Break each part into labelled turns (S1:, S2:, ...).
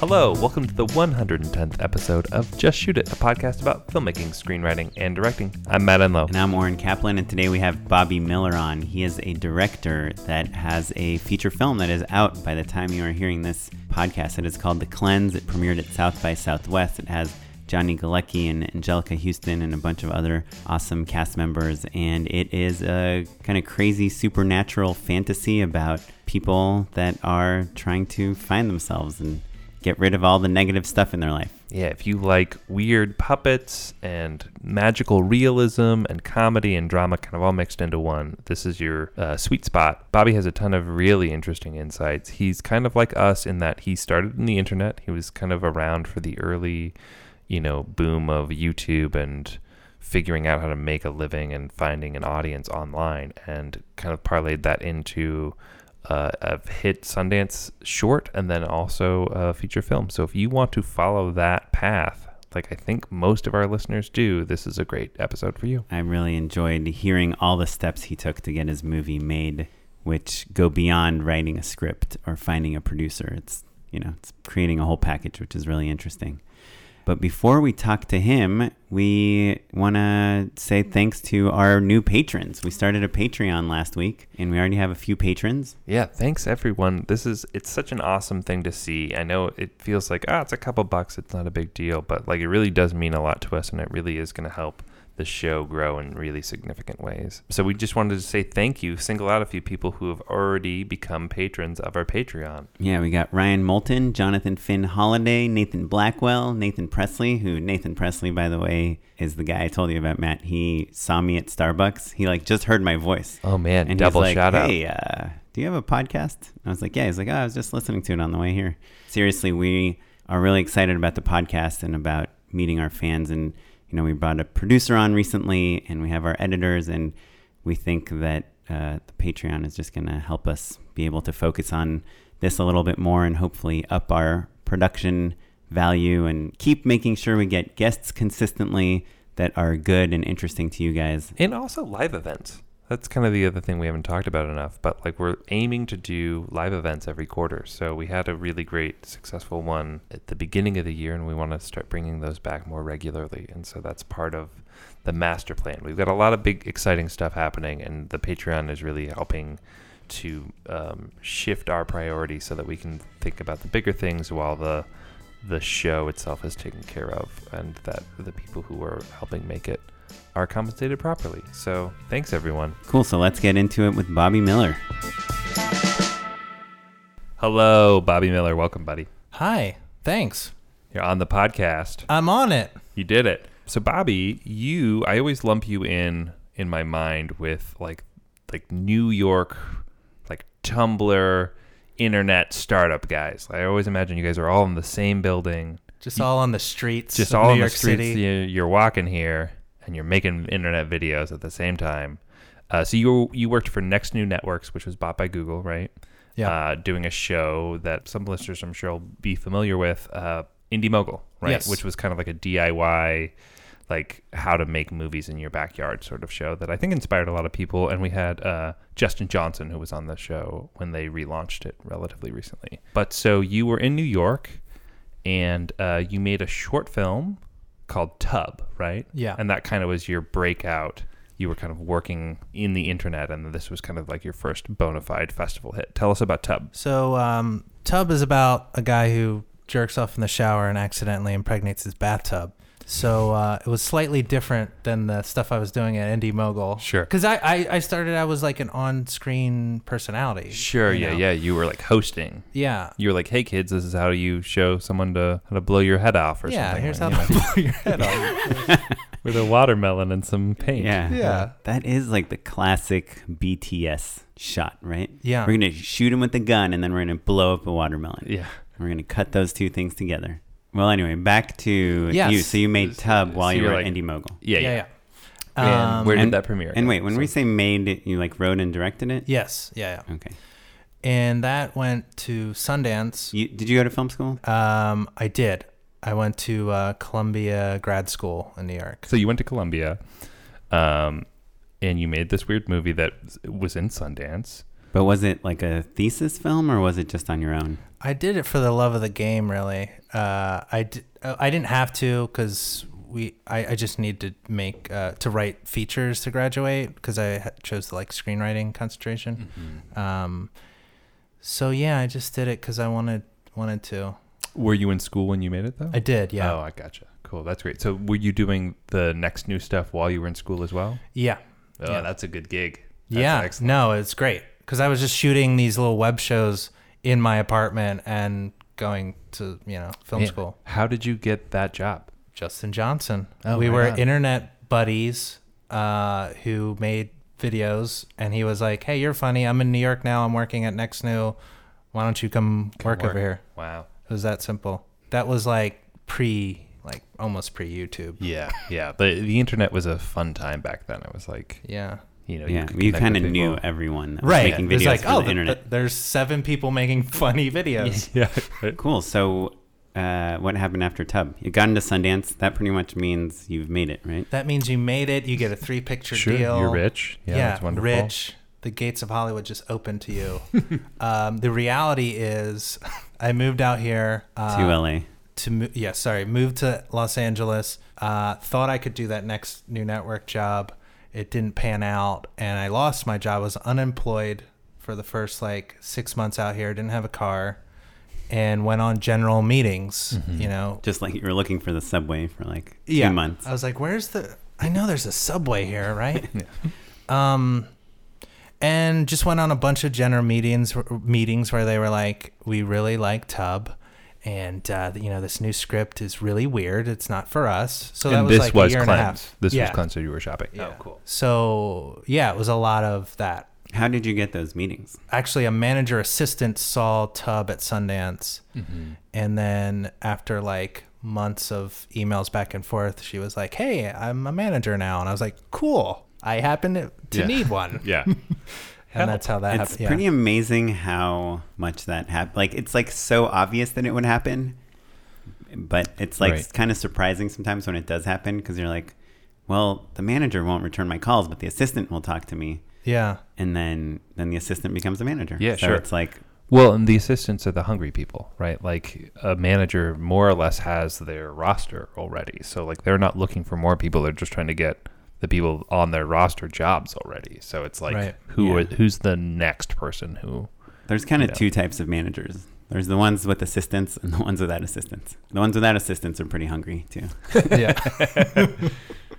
S1: Hello, welcome to the 110th episode of Just Shoot It, a podcast about filmmaking, screenwriting, and directing. I'm Matt Enlow.
S2: And I'm Warren Kaplan, and today we have Bobby Miller on. He is a director that has a feature film that is out by the time you are hearing this podcast. It is called The Cleanse. It premiered at South by Southwest. It has Johnny Galecki and Angelica Houston and a bunch of other awesome cast members. And it is a kind of crazy supernatural fantasy about people that are trying to find themselves and get rid of all the negative stuff in their life.
S1: Yeah, if you like weird puppets and magical realism and comedy and drama kind of all mixed into one, this is your uh, sweet spot. Bobby has a ton of really interesting insights. He's kind of like us in that he started in the internet, he was kind of around for the early, you know, boom of YouTube and figuring out how to make a living and finding an audience online and kind of parlayed that into uh, a hit Sundance short and then also a feature film. So if you want to follow that path, like I think most of our listeners do, this is a great episode for you.
S2: I really enjoyed hearing all the steps he took to get his movie made, which go beyond writing a script or finding a producer. It's, you know, it's creating a whole package, which is really interesting. But before we talk to him, we want to say thanks to our new patrons. We started a Patreon last week, and we already have a few patrons.
S1: Yeah, thanks everyone. This is it's such an awesome thing to see. I know it feels like ah, it's a couple bucks, it's not a big deal, but like it really does mean a lot to us, and it really is going to help the show grow in really significant ways. So we just wanted to say thank you, single out a few people who have already become patrons of our Patreon.
S2: Yeah, we got Ryan Moulton, Jonathan Finn Holiday, Nathan Blackwell, Nathan Presley, who Nathan Presley, by the way, is the guy I told you about, Matt. He saw me at Starbucks. He like just heard my voice.
S1: Oh man,
S2: And
S1: double
S2: he's like,
S1: shout out.
S2: Hey, uh, do you have a podcast? I was like, yeah. He's like, oh, I was just listening to it on the way here. Seriously, we are really excited about the podcast and about meeting our fans. And you know, we brought a producer on recently, and we have our editors, and we think that uh, the Patreon is just going to help us be able to focus on this a little bit more and hopefully up our production value and keep making sure we get guests consistently that are good and interesting to you guys.
S1: and also live events. That's kind of the other thing we haven't talked about enough, but like we're aiming to do live events every quarter. So we had a really great successful one at the beginning of the year and we want to start bringing those back more regularly. And so that's part of the master plan. We've got a lot of big exciting stuff happening and the Patreon is really helping to um, shift our priority so that we can think about the bigger things while the the show itself is taken care of and that the people who are helping make it are compensated properly. So thanks everyone.
S2: Cool. So let's get into it with Bobby Miller.
S1: Hello, Bobby Miller. Welcome, buddy.
S3: Hi, thanks.
S1: You're on the podcast.
S3: I'm on it.
S1: You did it. So Bobby, you I always lump you in in my mind with like like New York like Tumblr internet startup guys. I always imagine you guys are all in the same building.
S3: Just all on the streets.
S1: just
S3: of
S1: all
S3: New
S1: in
S3: York
S1: the streets.
S3: City.
S1: you- You're walking here and you're making internet videos at the same time. Uh, so you you worked for Next New Networks, which was bought by Google, right?
S3: Yeah.
S1: Uh, doing a show that some listeners, I'm sure, will be familiar with, uh, Indie Mogul, right?
S3: Yes.
S1: Which was kind of like a DIY, like how to make movies in your backyard sort of show that I think inspired a lot of people. And we had uh, Justin Johnson, who was on the show when they relaunched it relatively recently. But so you were in New York and uh, you made a short film called Tub, right?
S3: Yeah.
S1: And that kind of was your breakout. You were kind of working in the internet, and this was kind of like your first bona fide festival hit. Tell us about Tub.
S3: So, um, Tub is about a guy who jerks off in the shower and accidentally impregnates his bathtub. So uh, it was slightly different than the stuff I was doing at Indie Mogul.
S1: Sure.
S3: Because I, I, I started, I was like an on screen personality.
S1: Sure,
S3: you
S1: yeah,
S3: know?
S1: yeah. You were like hosting.
S3: Yeah.
S1: You were like, "Hey kids, this is how you show someone to how to blow your head off, or
S3: yeah,
S1: something."
S3: here's
S1: like, you
S3: how to blow your head off.
S1: know, with a watermelon and some paint.
S2: Yeah.
S3: Yeah.
S2: That is like the classic BTS shot, right?
S3: Yeah.
S2: We're going to shoot him with a gun and then we're going to blow up a watermelon.
S1: yeah.
S2: We're going to cut those two things together. Well, anyway, back to
S3: Yes.
S2: you. So you made Tub while
S1: so
S2: you
S1: you're
S2: were
S1: like-
S2: at Indie Mogul.
S1: Yeah,
S3: yeah,
S1: yeah.
S3: yeah. Um,
S1: And where did
S2: and-
S1: that premiere?
S2: Um, And
S1: go?
S2: wait, when we say made, it, you like wrote and directed it?
S3: Yes. Yeah, yeah.
S2: Okay.
S3: And that went to Sundance.
S2: You, did you go to film school?
S3: Um, I did. I went to uh, Columbia grad school in New York.
S1: So you went to Columbia, um, and you made this weird movie that was in Sundance.
S2: But was it like a thesis film or was it just on your own?
S3: I did it for the love of the game, really. Uh, I d- I didn't have to because we I, I just need to make uh, to write features to graduate because I ha- chose like screenwriting concentration.
S2: Mm-hmm.
S1: Mm-hmm.
S3: Um, so yeah, I just did it because I wanted wanted to.
S1: Were you in school when you made it though?
S3: I did, yeah,
S1: Oh, I gotcha. Cool. That's great. So were you doing the next new stuff while you were in school as well?
S3: yeah,
S1: Oh,
S3: Yeah.
S1: that's a good gig. That's
S3: yeah.
S1: excellent.
S3: No, it's great because I was just shooting these little web shows in my apartment and going to you know film
S1: Man,
S3: school.
S1: How did you get that job?
S3: Justin Johnson.
S1: Oh,
S3: we
S1: right
S3: were
S1: on.
S3: internet buddies uh, who made videos, and he was like, "Hey, you're funny. I'm in New York now. I'm working at Next New. Why don't you come, work,
S1: work."
S3: over here?"
S1: Wow.
S3: It was that simple. That was like pre, like almost pre YouTube.
S1: Yeah, yeah. The the internet was a fun time back then. It was like
S3: Yeah.
S1: you know
S2: yeah,
S1: could
S2: you
S1: connect
S2: kind of
S1: with
S2: knew
S1: people.
S2: everyone that was
S3: Right.
S2: making
S3: It
S2: videos
S3: was like,
S2: for
S3: oh,
S2: the
S3: th-
S2: internet.
S3: th- there's seven people making funny videos.
S1: Yeah, right.
S2: Cool. So, uh, what happened after Tub? You got into Sundance. That pretty much means you've made it, right?
S3: that means you made it. You get a three picture
S1: sure.
S3: deal.
S1: You're rich. Yeah,
S3: yeah,
S1: that's wonderful.
S3: rich. The gates of Hollywood just open to you. um, the reality is, I moved out here uh,
S2: to LA.
S3: to mo- yeah, sorry, moved to Los Angeles. Uh, thought I could do that next new network job. It didn't pan out, and I lost my job. I was unemployed for the first like six months out here. Didn't have a car, and went on general meetings.
S1: Mm-hmm.
S3: You know,
S2: Just like you were looking for the subway for like
S3: yeah.
S2: two months.
S3: I was like, "Where's the? I know there's a subway here, right?" Um, and just went on a bunch of general meetings meetings where they were like, "We really like Tub." And uh, you know this new script is really weird. It's not for us. So that
S1: and
S3: was
S1: this
S3: like
S1: was
S3: a year and a
S1: cleanse.
S3: half.
S1: This
S3: yeah.
S1: was cleanse. So you were shopping.
S3: Yeah. So yeah, it was a lot of that.
S2: How did you get those meetings?
S3: Actually, a manager assistant saw Tub at Sundance,
S1: Mm-hmm.
S3: and then after like months of emails back and forth, she was like, "Hey, I'm a manager now," and I was like, "Cool, I happen to to
S1: Yeah.
S3: need one,"
S1: Yeah.
S3: and that's how that
S2: It's
S3: happened.
S2: pretty amazing how much that happened. Like it's like so obvious that it would happen, but it's like
S1: Right.
S2: kind of surprising sometimes when it does happen because you're like, well, the manager won't return my calls, but the assistant will talk to me,
S3: yeah.
S2: and then then the assistant becomes the manager.
S1: Yeah,
S2: so
S1: sure.
S2: It's like
S1: Well, and the assistants are the hungry people, right? Like a manager more or less has their roster already. So like they're not looking for more people, they're just trying to get the people on their roster jobs already. So it's like
S3: Right.
S1: who are,
S2: Yeah.
S1: who's the next person who
S2: There's kind of
S1: Yeah.
S2: two types of managers. There's the ones with assistants and the ones without assistants. The ones without assistants are pretty hungry too.
S3: Yeah. yeah.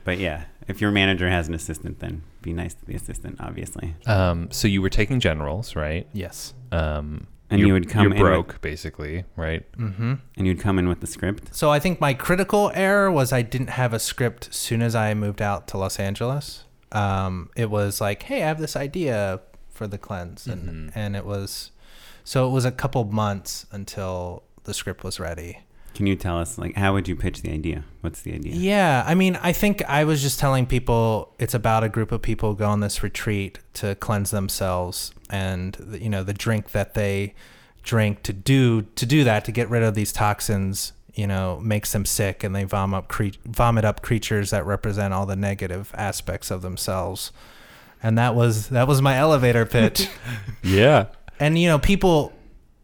S2: But yeah, if your manager has an assistant, then be nice to the assistant, obviously.
S1: um so you were taking generals, right?
S3: Yes.
S1: Um
S2: And you
S1: you're-
S2: would come
S1: you're
S2: in with-
S1: broke basically, right?
S3: Mm-hmm.
S2: And you'd come in with the script.
S3: So I think my critical error was I didn't have a script soon as I moved out to Los Angeles. Um, it was like, hey, I have this idea for the cleanse, and
S2: Mm-hmm.
S1: Mhm.
S3: and it was, so it was a couple months until the script was ready.
S2: Can you tell us like how would you pitch the idea? What's the idea?
S3: Yeah, I mean, I think I was just telling people it's about a group of people go on this retreat to cleanse themselves, and the- you know the drink that they drink to do to do that to get rid of these toxins, you know, makes them sick, and they vom up cre- vomit up creatures that represent all the negative aspects of themselves, and that was that was my elevator pitch.
S1: Yeah.
S3: and you know, people,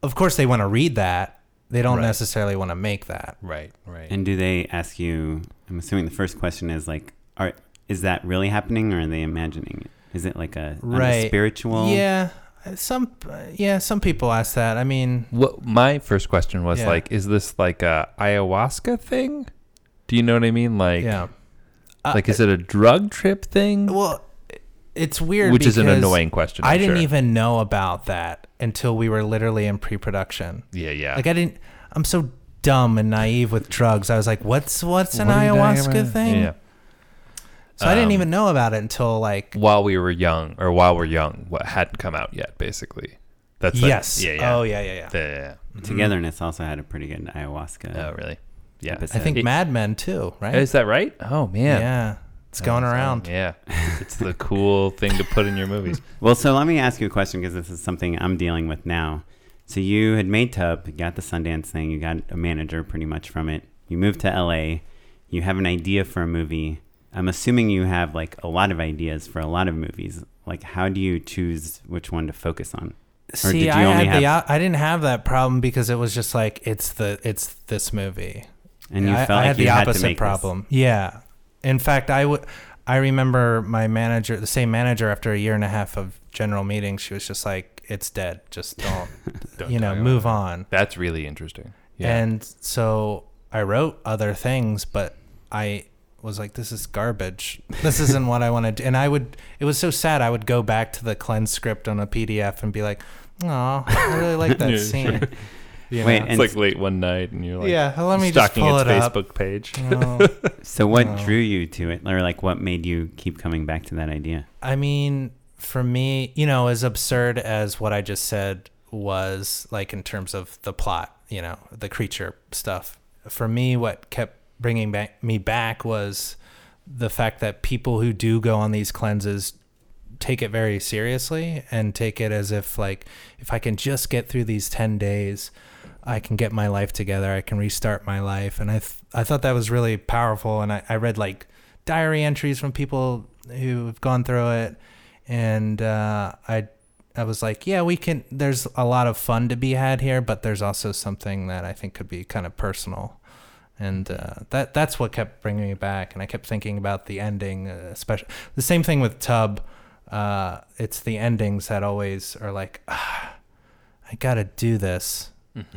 S3: of course, they want to read that. They don't
S1: Right.
S3: necessarily want to make that.
S1: Right, right.
S2: And do they ask you I'm assuming the first question is like, are is that really happening or are they imagining it? Is it like a, a
S3: Right.
S2: spiritual
S3: Yeah, some yeah some people ask that. I mean,
S1: What my first question was
S3: Yeah.
S1: like, is this like a ayahuasca thing? Do you know what I mean? Like,
S3: yeah. Uh,
S1: like is it a drug trip thing?
S3: Well, it's weird.
S1: Which is an
S3: because
S1: annoying question.
S3: I
S1: I'm
S3: didn't
S1: sure.
S3: even know about that until we were literally in pre-production.
S1: Yeah, yeah.
S3: Like I didn't. I'm so dumb and naive with drugs. I was like, what's what's an ayahuasca thing?
S1: Yeah.
S3: So I didn't
S1: Um,
S3: even know about it until like
S1: While we were young, or while we're young, what hadn't come out yet, basically. That's like-
S3: yes.
S1: yeah, yeah.
S3: Oh yeah yeah yeah.
S1: The- yeah,
S2: togetherness also had a pretty good ayahuasca.
S1: yeah. Oh, really? Yeah.
S2: Episode.
S3: I think
S1: It-
S3: Mad Men too, right?
S1: Is that right? Oh man.
S3: yeah. It's going
S1: Oh,
S3: around.
S1: Yeah. It's the cool thing to put in your movies.
S2: Well, so let me ask you a question because this is something I'm dealing with now. So you had made Tub, you got the Sundance thing, you got a manager pretty much from it. You moved to LA, you have an idea for a movie. I'm assuming you have like a lot of ideas for a lot of movies. Like, how do you choose which one to focus on? Or did
S3: See,
S2: you
S3: I
S2: only
S3: had the
S2: have-
S3: op- I didn't have that problem because it was just like it's the it's this movie.
S2: And you
S3: I,
S2: felt
S3: I
S2: like
S3: had
S2: you
S3: the
S2: had to
S3: opposite
S2: make this.
S3: problem. Yeah. In fact, I would. I remember my manager, the same manager, after a year and a half of general meetings, she was just like, "It's dead. Just don't,
S1: Don't
S3: you know,
S1: talk about
S3: move
S1: it.
S3: on."
S1: That's really interesting.
S3: And so I wrote other things, but I was like, this is garbage. This isn't what I want to do. And I would, it was so sad. I would go back to the cleanse script on a PDF and be like, oh, I really like that
S1: Yeah,
S3: scene. You
S2: Wait,
S3: know?
S1: it's
S2: and
S1: like late one night, and you're like,
S3: yeah, let me just
S1: stalking
S3: pull
S1: its
S3: it up.
S1: Facebook page.
S3: No.
S2: so what
S3: No.
S2: drew you to it, or like what made you keep coming back to that idea?
S3: I mean, for me, you know, as absurd as what I just said was, like in terms of the plot, you know, the creature stuff. For me, what kept bringing back me back was the fact that people who do go on these cleanses take it very seriously and take it as if like if I can just get through these 10 days I can get my life together I can restart my life and I th- I thought that was really powerful and I, I read like diary entries from people who've gone through it and uh, I I was like yeah we can there's a lot of fun to be had here but there's also something that I think could be kind of personal and uh, that that's what kept bringing me back and I kept thinking about the ending uh, especially the same thing with Tub uh, it's the endings that always are like, ah, I gotta do this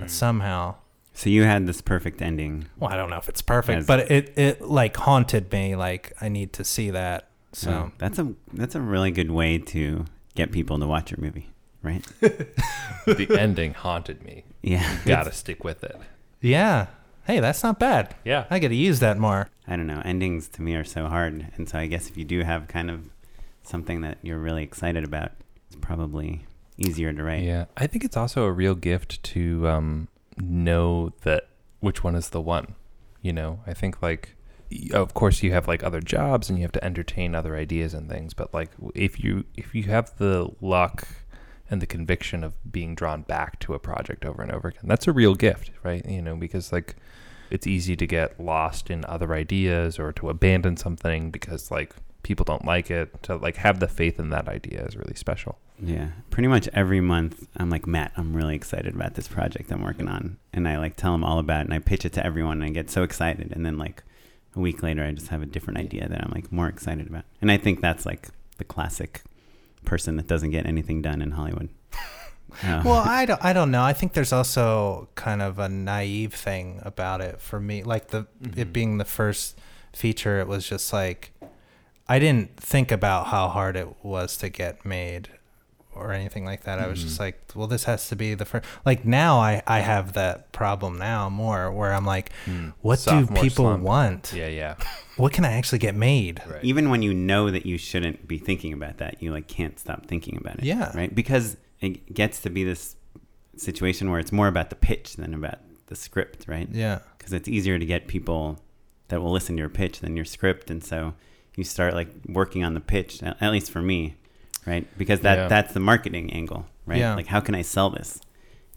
S3: somehow.
S2: So you had this perfect ending.
S3: Well, I don't know if it's perfect,
S2: As-
S3: but it it like haunted me. Like I need to see that. So
S2: So that's a that's a really good way to get people to watch your movie, right?
S1: the ending haunted me.
S2: Yeah.
S1: Gotta stick with it.
S3: yeah, hey, that's not bad.
S1: Yeah.
S3: I gotta use that more.
S2: I don't know. Endings to me are so hard, and so I guess if you do have kind of something that you're really excited about, it's probably easier to write.
S1: Yeah, I think it's also a real gift to um, know that which one is the one. You know, I think like, y- of course, you have like other jobs and you have to entertain other ideas and things. But like, w- if you if you have the luck and the conviction of being drawn back to a project over and over again, that's a real gift, right? You know, because like, it's easy to get lost in other ideas or to abandon something because like people don't like it. To like have the faith in that idea is really special.
S2: Yeah. Pretty much every month, I'm like, Matt, I'm really excited about this project I'm working on. And I like tell him all about it and I pitch it to everyone and I get so excited. And then like a week later, I just have a different idea that I'm like more excited about. And I think that's like the classic person that doesn't get anything done in Hollywood. Uh,
S3: well, I don't, I don't know. I think there's also kind of a naive thing about it for me. Like the
S1: Mm-hmm.
S3: it being the first feature, it was just like I didn't think about how hard it was to get made or anything like that. I was
S1: Mm-hmm.
S3: just like, well, this has to be the first. Like now, I I have that problem now more where I'm like, what
S1: Sophomore
S3: do people
S1: slump.
S3: want?
S1: Yeah, yeah.
S3: What can I actually get made?
S1: Right.
S2: even when you know that you shouldn't be thinking about that, you like can't stop thinking about it.
S3: Yeah.
S2: Right. Because it gets to be this situation where it's more about the pitch than about the script, right?
S3: Yeah.
S2: because it's easier to get people that will listen to your pitch than your script and so you start like working on the pitch at at least for me right because that
S1: Yeah.
S2: that's the marketing angle right
S3: Yeah.
S2: like how can i sell this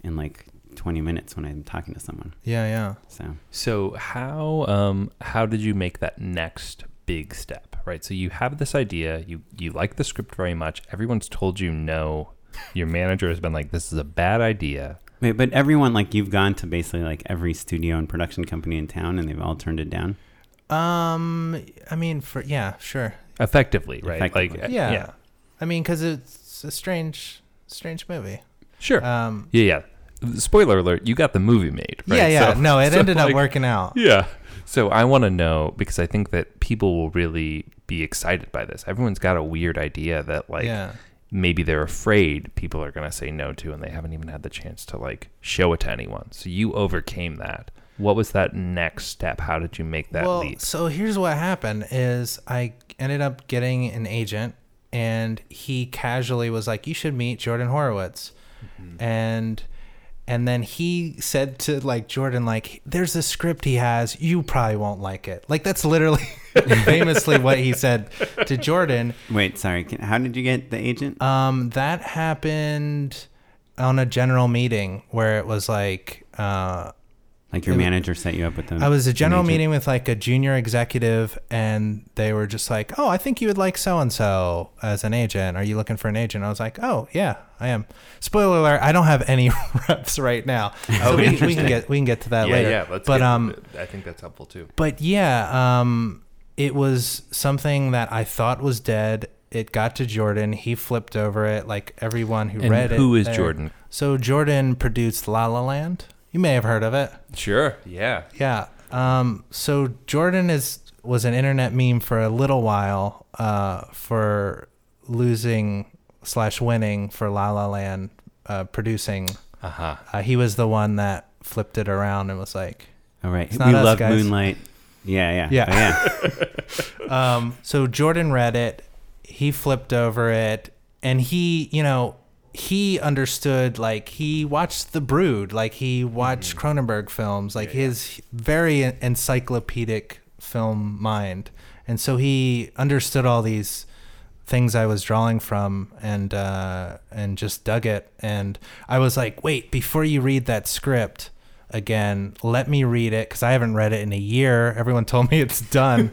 S2: in like 20 minutes when i'm talking to someone
S3: Yeah. Yeah.
S2: so
S1: So how um how did you make that next big step? Right. So you have this idea. You you like the script very much. Everyone's told you no. Your manager has been like, "This is a bad idea."
S2: wait but everyone like you've gone to basically like every studio and production company in town and they've all turned it down
S3: Um. I mean, for yeah, sure.
S1: Effectively, right? Like, uh,
S2: Effectively.
S1: yeah,
S3: yeah. I mean, because it's a strange, strange movie.
S1: sure,
S3: Um,
S1: yeah, yeah. Spoiler alert: You got the movie made. Right?
S3: Yeah, yeah.
S1: So-
S3: no, it
S1: so,
S3: ended
S1: like,
S3: up working out.
S1: Yeah. So I want to know because I think that people will really be excited by this. Everyone's got a weird idea that like
S3: yeah.
S1: maybe they're afraid people are going to say no to and they haven't even had the chance to like show it to anyone so you overcame that what was that next step how did you make that
S3: well,
S1: leap
S3: so here's what happened: is I ended up getting an agent, and he casually was like, "You should meet Jordan Horowitz,"
S1: Mm-hmm.
S3: and and then he said to like Jordan, like, "There's a script he has. You probably won't like it." Like that's literally famously what he said to Jordan.
S2: wait sorry can, how did you get the agent
S3: Um, that happened on a general meeting where it was like, uh,
S2: Like your
S3: It-
S2: manager set you up with them.
S3: I was a general
S2: agent.
S3: meeting with like a junior executive, and they were just like, "Oh, I think you would like so and so as an agent. Are you looking for an agent?" I was like, "Oh, yeah, I am." Spoiler alert: I don't have any reps right now, so we, we can
S1: Oh, interesting.
S3: get we can get to that
S1: yeah,
S3: later.
S1: yeah. Let's
S3: but
S1: get-
S3: um,
S1: I think that's helpful too.
S3: but yeah, um, it was something that I thought was dead. It got to Jordan. He flipped over it. Like everyone who read it.
S1: who is
S3: there-
S1: Jordan?
S3: So Jordan produced La La Land. You may have heard of it.
S1: Sure. Yeah.
S3: Yeah. Um, so Jordan is was an internet meme for a little while uh, for losing slash winning for La La Land uh, producing.
S1: Uh huh.
S3: Uh, he was the one that flipped it around and was like,
S2: All Oh, right.
S3: It's
S2: we
S3: not us,
S2: love
S3: guys.
S2: Moonlight. Yeah, yeah.
S3: Yeah.
S2: Oh, yeah.
S3: um, so Jordan read it, he flipped over it, and he, you know, he understood like he watched The Brood, like he watched Cronenberg films, like his very en- encyclopedic film mind, and so he understood all these things I was drawing from and uh, and just dug it. And I was like, wait, before you read that script again, let me read it because I haven't read it in a year. Everyone told me it's done.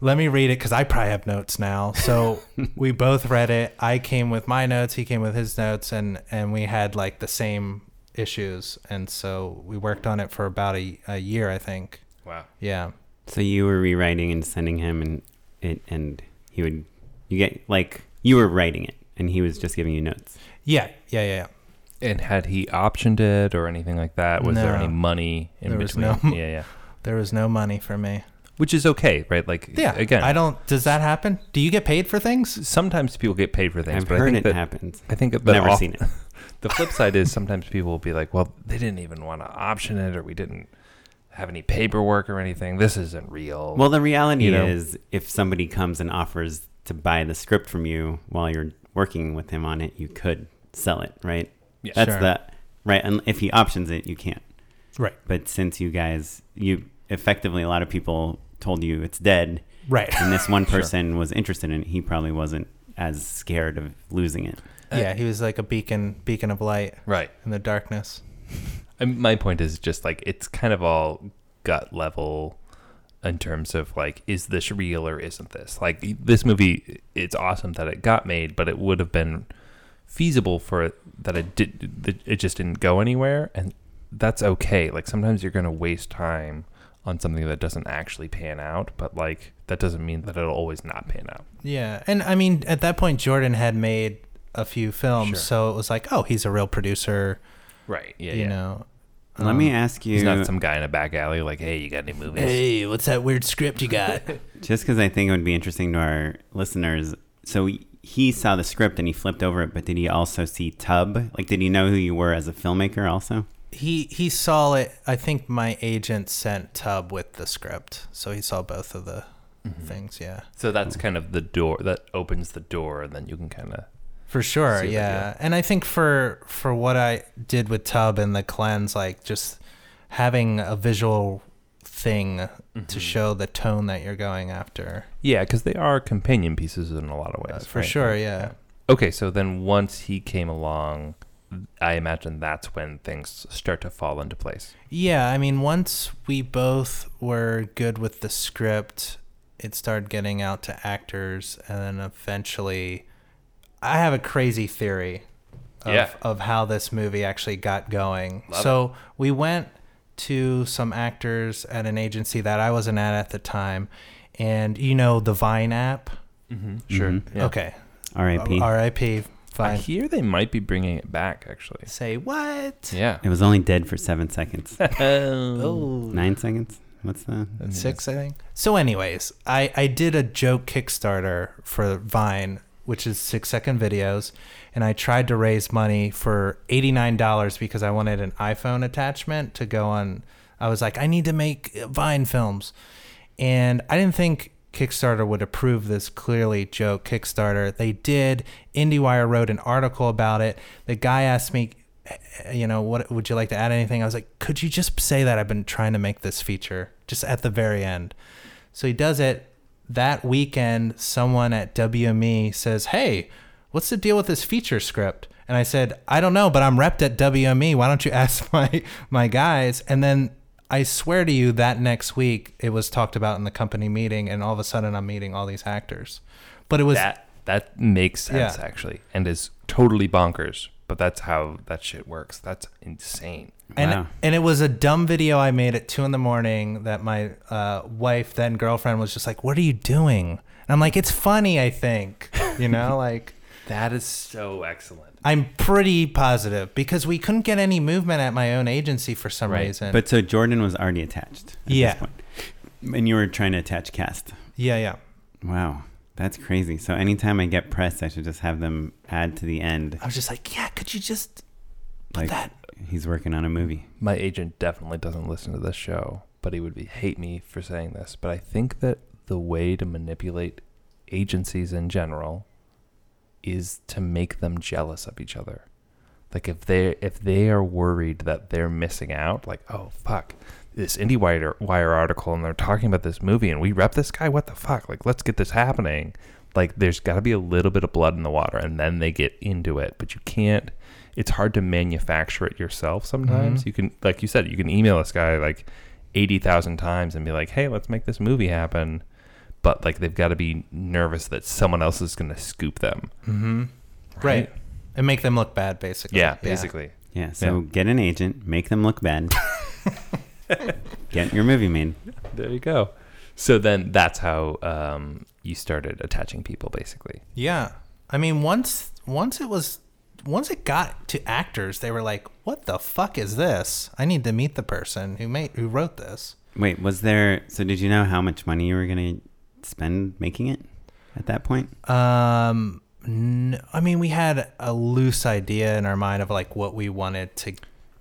S3: let me read it because I probably have notes now. So we both read it. I came with my notes. He came with his notes, and and we had like the same issues. And so we worked on it for about a, a year, I think.
S1: Wow.
S3: Yeah.
S2: So you were rewriting and sending him, and it and he would you get like you were writing it, and he was just giving you notes.
S3: Yeah. Yeah. Yeah. yeah.
S1: And had he optioned it or anything like that? Was there
S3: No.
S1: any money in
S3: There was
S1: between?
S3: no-
S1: Yeah, yeah.
S3: There was no money for me.
S1: Which is okay, right? Like,
S3: Yeah.
S1: Again,
S3: I don't. Does that happen? Do you get paid for things?
S1: sometimes people get paid for things,
S2: I've
S1: but I
S2: heard
S1: think
S2: it
S1: that
S2: happens.
S1: I think that
S2: Never
S1: off-
S2: seen it.
S1: the flip side is sometimes people will be like, "Well, they didn't even want to option it, or we didn't have any paperwork or anything. This isn't real."
S2: Well, the reality
S1: You know.
S2: is, if somebody comes and offers to buy the script from you while you're working with him on it, you could sell it, right?
S1: Yeah.
S2: That's
S3: Sure.
S2: the right. And if he options it, you can't.
S3: Right.
S2: But since you guys, you effectively a lot of people told you it's dead,
S3: Right.
S2: and this one person was interested in it, he probably wasn't as scared of losing it.
S3: yeah. He was like a beacon, beacon of light
S1: right.
S3: in the darkness.
S1: And my point is just like it's kind of all gut level in terms of like, is this real or isn't this? Like this movie, it's awesome that it got made, but it would have been feasible for it that it did. that It just didn't go anywhere, and that's okay. Like sometimes you're gonna waste time on something that doesn't actually pan out, but like that doesn't mean that it'll always not pan out.
S3: Yeah, and I mean, at that point, Jordan had made a few films,
S1: Sure.
S3: so it was like, oh, he's a real producer.
S1: Right. Yeah.
S3: you
S1: yeah.
S3: know.
S2: Let me ask you.
S1: Um, He's not some guy in a back alley like, hey, you got any movies?
S3: Hey, what's that weird script you got?
S2: Just because I think it would be interesting to our listeners. So he saw the script and he flipped over it, but did he also see Tub? Like, did he know who you were as a filmmaker also?
S3: he he saw it. I think my agent sent Tub with the script, so he saw both of the things. Yeah,
S1: So that's kind of the door that opens the door, and then you can kind of
S3: for sure.
S1: Super
S3: yeah, and I think for for what I did with Tub and the cleanse, like just having a visual thing
S1: Mm-hmm.
S3: to show the tone that you're going after.
S1: yeah, because they are companion pieces in a lot of
S3: Uh,
S1: ways,
S3: for
S1: right?
S3: sure. Yeah.
S1: Okay, so then once he came along, I imagine that's when things start to fall into place.
S3: Yeah, I mean, once we both were good with the script, it started getting out to actors, and then eventually, I have a crazy theory of,
S1: Yeah.
S3: of how this movie actually got going.
S1: Love
S3: so we went to some actors at an agency that I wasn't at at the time, and you know the Vine app.
S1: Sure.
S3: Okay,
S2: R.I.P.
S3: Uh, R.I.P.
S1: I
S3: Vine.
S1: hear they might be bringing it back, actually.
S3: Say what?
S1: Yeah.
S2: it was only dead for seven seconds.
S1: oh.
S2: Nine seconds? What's that?
S3: six, I think. So, anyways, I I did a joke Kickstarter for Vine, which is six second videos, and I tried to raise money for eighty nine dollars because I wanted an iPhone attachment to go on. I was like, I need to make Vine films, and I didn't think. Kickstarter would approve this clearly joke Kickstarter. They did. IndieWire wrote an article about it. The guy asked me, "Eh, you know, what would you like to add anything? I was like, could you just say that I've been trying to make this feature just at the very end? So he does it. That weekend, someone at WME says, hey, what's the deal with this feature script? E. And I said, I don't know, but I'm repped at WME. Why don't you ask my my guys? And then I swear to you that next week it was talked about in the company meeting, and all of a sudden I'm meeting all these actors. But it was
S1: that that makes sense
S3: Yeah.
S1: actually, and is totally bonkers. But that's how that shit works. That's insane.
S3: and
S2: Wow.
S3: and it was a dumb video I made at two in the morning that my uh, wife then girlfriend was just like, "What are you doing?" And I'm like, "It's funny, I think." You know, like
S1: That is so excellent.
S3: I'm pretty positive because we couldn't get any movement at my own agency for some
S1: Right,
S3: reason.
S2: But so Jordan was already attached. At
S3: Yeah.
S2: This point. And you were trying to attach cast.
S3: yeah, yeah.
S2: Wow. That's crazy. So anytime I get press, I should just have them add to the end.
S3: I was just like, "Yeah, could you just put
S2: Like
S3: that?"
S2: he's working on a movie.
S1: My agent definitely doesn't listen to this show, but he would be hate me for saying this. But I think that the way to manipulate agencies in general is to make them jealous of each other. Like if they if they are worried that they're missing out, like oh fuck, this indie wire wire article and they're talking about this movie and we rep this guy, what the fuck? Like let's get this happening. Like there's got to be a little bit of blood in the water and then they get into it, but you can't it's hard to manufacture it yourself sometimes.
S3: Mhm.
S1: You can like you said, you can email this guy like 80,000 times and be like, "Hey, let's make this movie happen." But like they've got to be nervous that someone else is going to scoop them.
S3: Mm-hmm. Right. and make them look bad, basically.
S1: Yeah, basically.
S2: Yeah. So get an agent, make them look bad. get your movie made.
S1: There you go. So then that's how um, you started attaching people, basically.
S3: Yeah. I mean, once once it was once it got to actors, they were like, "What the fuck is this? I need to meet the person who made who wrote this."
S2: Wait, was there? So did you know how much money you were gonna spend making it at that point?
S3: Um n- I mean, we had a loose idea in our mind of like what we wanted to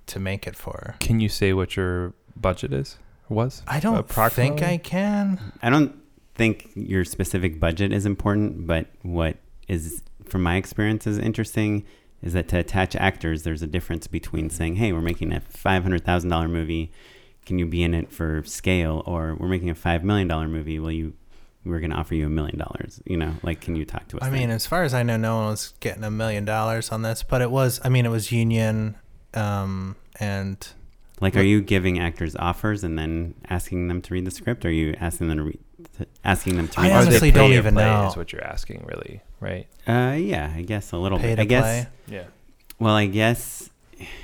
S3: to make it for.
S1: Can you say what your budget is? Was
S3: I don't think
S1: Approximately?
S3: I can.
S2: I don't think your specific budget is important, but what is, from my experience, is interesting is that to attach actors, there's a difference between saying, "Hey, we're making a five hundred thousand dollar movie. Can you be in it for scale?" or "We're making a five million dollar movie. Will you?" We're going to offer you a million dollars. You know, like, can you talk to us?
S3: I
S2: then?
S3: mean, as far as I know, no one was getting a million dollars on this, but it was. I mean, it was union, um, and
S2: Like, are you giving actors offers and then asking them to read the script? Or are you asking them to read? To, asking them to
S3: I
S2: read.
S1: Are they
S3: honestly
S1: pay
S3: don't
S1: to
S3: even
S1: play
S3: know.
S1: Is what you're asking, really, right?
S2: Uh, yeah, I guess a little
S3: pay
S2: bit.
S3: to
S2: I guess.
S3: play.
S1: Yeah.
S2: Well, I guess,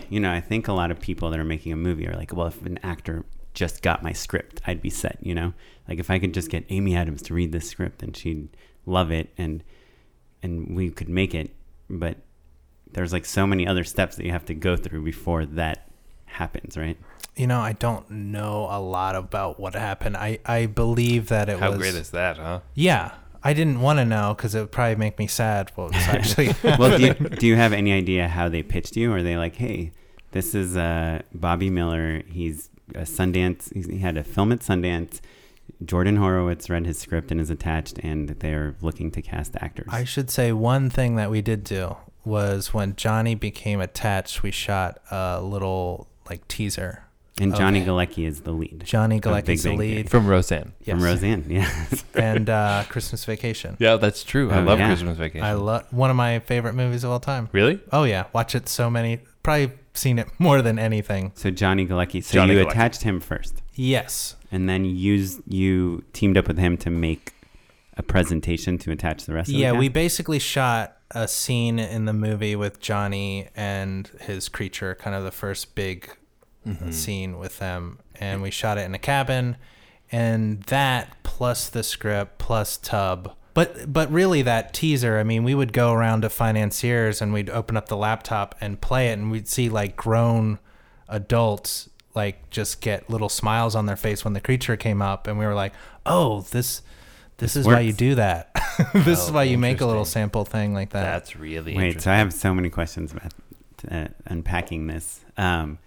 S2: you know, I think a lot of people that are making a movie are like, well, if an actor just got my script, I'd be set. You know, like if I could just get Amy Adams to read this script and she'd love it and and we could make it. But there's like so many other steps that you have to go through before that happens, right?
S3: You know, I don't know a lot about what happened. I, I believe that it
S1: How
S3: was.
S1: great is that, huh?
S3: Yeah. I didn't want to know because it would probably make me sad what was actually.
S2: well, do you, do you have any idea how they pitched you? Are they like, hey, this is uh, Bobby Miller. He's a Sundance. he's- He had a film at Sundance. Jordan Horowitz read his script and is attached, and they're looking to cast actors.
S3: I should say one thing that we did do was when Johnny became attached, we shot a little like teaser.
S2: and Johnny
S3: okay.
S2: Galecki is the lead
S3: Johnny
S2: Big
S3: Galecki's the
S2: Bang Theory.
S3: lead
S1: From Roseanne.
S2: from Roseanne. Yeah,
S3: and uh, Christmas Vacation.
S1: Yeah, that's true. I
S2: Oh,
S1: love
S2: yeah.
S1: Christmas Vacation.
S3: I love one of my favorite movies of all time.
S1: really?
S3: Oh yeah, watch it so many. Probably seen it more than anything.
S2: so Johnny Galecki. So
S1: Johnny
S2: you
S1: Galecki.
S2: attached him first,
S3: Yes,
S2: and then used you teamed up with him to make a presentation to attach the rest.
S3: yeah
S2: of the
S3: we
S2: cast?
S3: basically shot a scene in the movie with johnny and his creature kind of the first big scene with them and we shot it in a cabin and that plus the script plus tub but but really that teaser i mean we would go around to financiers and we'd open up the laptop and play it and we'd see like grown adults like just get little smiles on their face when the creature came up and we were like oh this this, is why
S2: works.
S3: you do that. this is
S1: Oh,
S3: why you make a little
S1: interesting.
S3: sample thing like that.
S1: That's really
S2: Wait, so
S1: interesting.
S2: I have so many questions about uh, unpacking this. Um,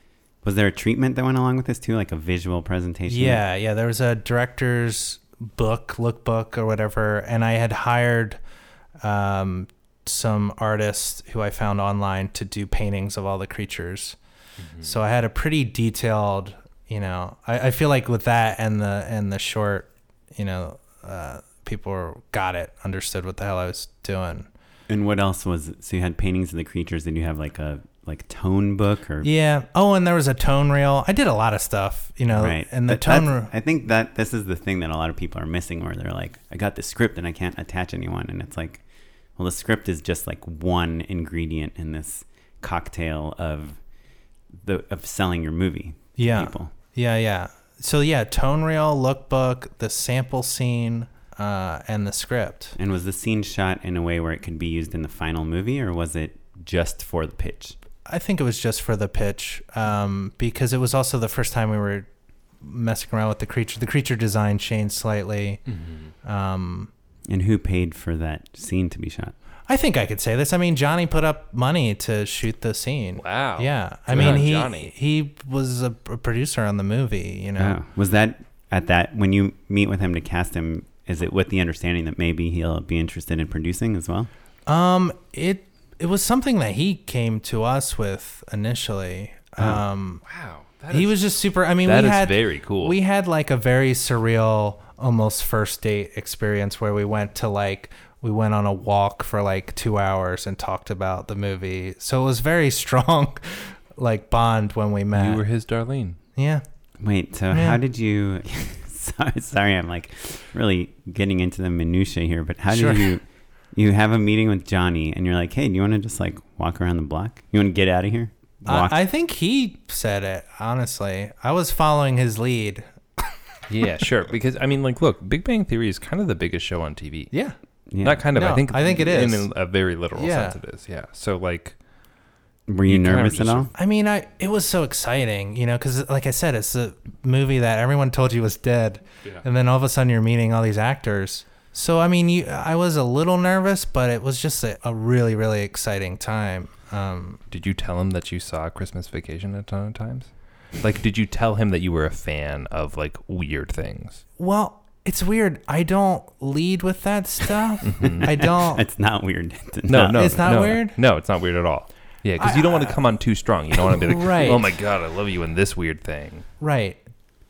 S2: was there a treatment that went along with this too, like a visual presentation?
S3: yeah, yeah. There was a director's book, lookbook, or whatever, and I had hired um, some artists who I found online to do paintings of all the creatures.
S1: Mm-hmm.
S3: So I had a pretty detailed, you know. I, I feel like with that and the and the short, you know, uh, people got it, understood what the hell I was doing.
S2: And what else was? So you had paintings of the creatures. Did you have like a like tone book or
S3: Yeah. Oh, and there was a tone reel. I did a lot of stuff, you know.
S2: right
S3: And the
S2: But
S3: tone
S2: that's-
S3: reel.
S2: I think that this is the thing that a lot of people are missing, where they're like, I got the script and I can't attach anyone, and it's like, well, the script is just like one ingredient in this cocktail of the of selling your movie. to
S3: Yeah.
S2: people.
S3: Yeah, yeah. So yeah, tone reel, lookbook, the sample scene, uh, and the script.
S2: And was the scene shot in a way where it could be used in the final movie, or was it just for the pitch?
S3: I think it was just for the pitch um, because it was also the first time we were messing around with the creature. The creature design changed slightly.
S1: Mm-hmm.
S3: Um,
S2: And who paid for that scene to be shot?
S3: I think I could say this. I mean, Johnny put up money to shoot the scene.
S1: Wow.
S3: Yeah. I
S1: Good
S3: mean,
S1: on
S3: he
S1: Johnny.
S3: he was a p- producer on the movie. You know.
S2: Oh. Was that at that when you meet with him to cast him? Is it with the understanding that maybe he'll be interested in producing as well?
S3: Um. It it was something that he came to us with initially.
S1: Mm-hmm.
S3: Um.
S1: Wow. That
S3: he
S1: is-
S3: was just super. I mean,
S1: that
S3: we
S1: is
S3: had
S1: very cool.
S3: We had like a very surreal, almost first date experience where we went to like we went on a walk for like two hours and talked about the movie. So it was very strong, like bond when we met.
S1: you were his Darlene.
S3: yeah.
S2: Wait, so
S3: Yeah.
S2: how did you? sorry, sorry, I'm like really getting into the minutia here, but how
S3: Sure.
S2: did you? You have a meeting with Johnny, and you're like, "Hey, do you want to just like walk around the block? You want to get out of here?" Walk.
S3: Uh, I, I think he said it. Honestly, I was following his lead.
S1: Yeah, sure. Because I mean, like, look, Big Bang Theory is kind of the biggest show on TV.
S3: Yeah.
S2: yeah.
S1: Not kind of. I
S3: No,
S1: think.
S3: I think it is.
S1: in a very literal
S3: Yeah.
S1: sense. It is. Yeah. So like,
S2: Were you
S1: kind of
S2: nervous at
S1: just-
S2: all?
S3: I mean, I it was so exciting, you know, because like I said, it's a movie that everyone told you was dead, and then all of a sudden you're meeting all these actors. So I mean, you, I was a little nervous, but it was just a, a really, really exciting time. Um,
S1: did you tell him that you saw Christmas Vacation a ton of times? Like, did you tell him that you were a fan of like weird things?
S3: well, it's weird. I don't lead with that stuff. I don't.
S2: It's not weird. It's
S1: No,
S2: not-
S1: no,
S3: It's not
S1: no,
S3: weird?
S1: No, it's not weird at all. Yeah, because you don't want to come on too strong. You don't want to be like,
S3: Right.
S1: "Oh my god, I love you in this weird thing."
S3: Right.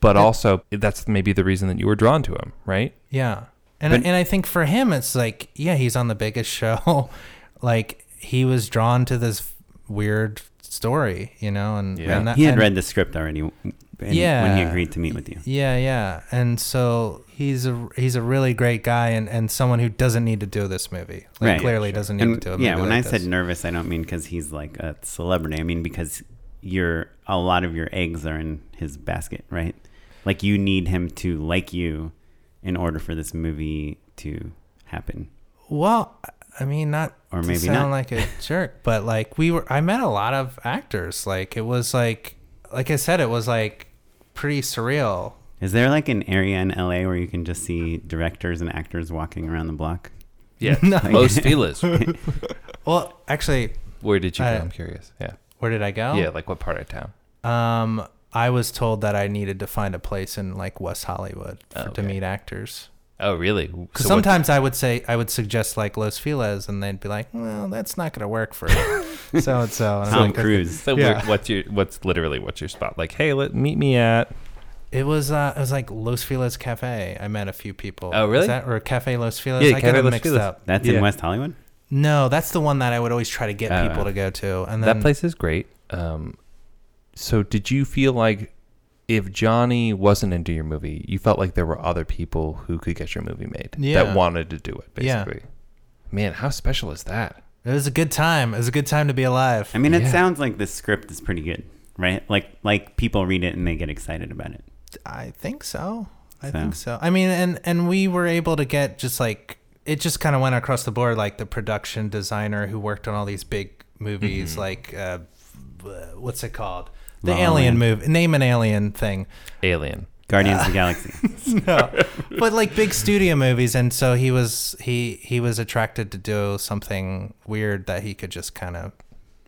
S1: But also, that's maybe the reason that you were drawn to him, right?
S3: Yeah. And
S2: But-
S3: and I think for him it's like, yeah, he's on the biggest show. like he was drawn to this weird story, you know, and,
S1: Yeah.
S3: and that-
S2: He had
S3: and-
S2: read the script already. w- and- when he
S3: Yeah.
S2: agreed to meet with you.
S3: Yeah, yeah. And so he's a he's a really great guy and, and someone who doesn't need to do this movie. Like
S2: Right.
S3: clearly doesn't need
S2: And,
S3: to do a movie.
S2: yeah, when
S3: like
S2: I
S3: this.
S2: said nervous, I don't mean because he's like a celebrity. I mean because your a lot of your eggs are in his basket, right? Like you need him to like you in order for this movie to happen.
S3: Well, I mean not
S2: Or
S3: to
S2: maybe not.
S3: sound like a jerk, but like we were I met a lot of actors. Like it was like like I said, it was like pretty surreal.
S2: Is there like an area in LA where you can just see directors and actors walking around the block?
S1: Yeah.
S3: No.
S1: Los Feliz.
S3: Well, actually,
S1: Where did you go?
S3: I- Oh.
S1: I'm curious. Yeah.
S3: where did I go?
S1: Yeah, like what part of town?
S3: Um, I was told that I needed to find a place in like West Hollywood for,
S1: Oh,
S3: to
S1: okay.
S3: meet actors.
S1: Oh, really?
S3: Because
S1: So what-
S3: sometimes I would say I would suggest like Los Feliz, and they'd be like, "Well, that's not going to work for so and so." And I'm
S2: Tom
S3: like,
S2: Cruise.
S1: So
S3: Yeah.
S1: where- what's your what's literally what's your spot? Like, hey, let meet me at.
S3: It was uh, it was like Los Feliz Cafe. I met a few people.
S1: Oh, really?
S3: Is that, or Cafe Los Feliz?
S1: Yeah,
S3: I get
S1: Cafe
S3: them
S1: Los
S3: mixed
S1: Feliz.
S3: up.
S2: That's
S1: Yeah.
S2: in West Hollywood.
S3: No, that's the one that I would always try to get
S2: Oh,
S3: people
S2: yeah.
S3: to go to. And then
S1: That place is great. Um, so did you feel like if Johnny wasn't into your movie, you felt like there were other people who could get your movie made
S3: Yeah.
S1: that wanted to do it,
S3: Yeah.
S1: basically. Man, how special is that?
S3: it was a good time. It was a good time to be alive.
S2: I mean, it
S1: Yeah.
S2: sounds like this script is pretty good, right? Like like people read it and they get excited about it.
S3: I think so. I
S2: So.
S3: think so. I mean, and and we were able to get just like it just kind of went across the board. Like the production designer who worked on all these big movies, like uh, what's it called? The
S2: La La Land.
S3: alien movie. Name an alien thing.
S1: Alien.
S2: Guardians of the Galaxy.
S3: No, but like big studio movies. And so he was he he was attracted to do something weird that he could just kind of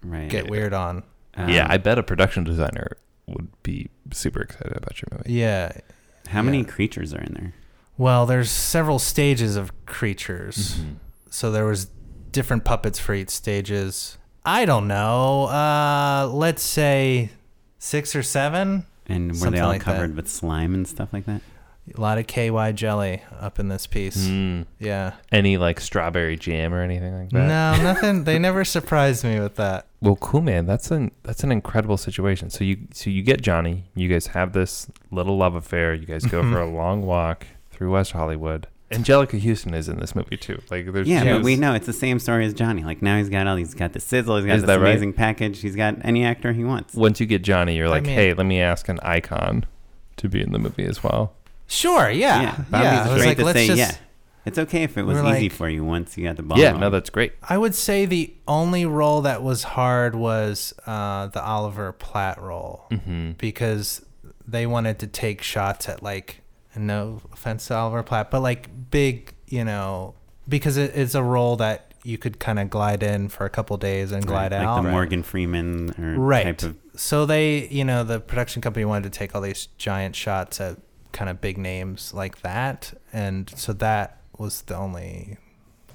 S2: Right.
S3: get weird on.
S2: Um,
S1: yeah, I bet a production designer would be super excited about your movie.
S3: Yeah.
S2: How many creatures are in there?
S3: Well, there's several stages of creatures.
S2: Mm-hmm.
S3: So there was different puppets for each stages. I don't know. Uh, let's say six or seven.
S2: And were
S3: Something
S2: they all
S3: like that.
S2: covered with slime and stuff like that?
S3: A lot of KY jelly up in this piece.
S2: Mm-hmm.
S1: Mm.
S3: Yeah.
S1: Any like strawberry jam or anything like that?
S3: No, nothing. They never surprised me with that.
S1: Well, cool, man. That's an that's an incredible situation. So you so you get Johnny. You guys have this little love affair. You guys go for
S3: Mm-hmm.
S1: a long walk through West Hollywood. Angelica Houston is in this movie too. Like there's
S2: Yeah,
S1: she
S2: but
S1: was-
S2: we know it's the same story as Johnny. Like now he's got all he's got the sizzle, he's got
S1: Is
S2: this
S1: that right?
S2: amazing package, he's got any actor he wants.
S1: Once you get Johnny, you're
S3: I
S1: like,
S3: mean-
S1: hey, let me ask an icon to be in the movie as well.
S3: Sure,
S2: yeah,
S3: yeah. Yeah.
S2: Bobby's
S3: I was
S2: great
S3: like,
S2: to
S3: let's
S2: say
S3: just
S2: yeah. It's okay if it was
S3: We're
S2: easy
S3: like-
S2: for you once you got the ball.
S1: yeah,
S2: rolling.
S1: no, that's great.
S3: I would say the only role that was hard was uh, the Oliver Platt role
S1: Mm-hmm.
S3: because they wanted to take shots at like no offense to Oliver Platt, but like big, you know, because it, it's a role that you could kind of glide in for a couple days and glide
S2: like
S3: out.
S2: the Morgan Freeman or
S3: right.
S2: type of
S3: so they, you know, the production company wanted to take all these giant shots at kind of big names like that, and so that was the only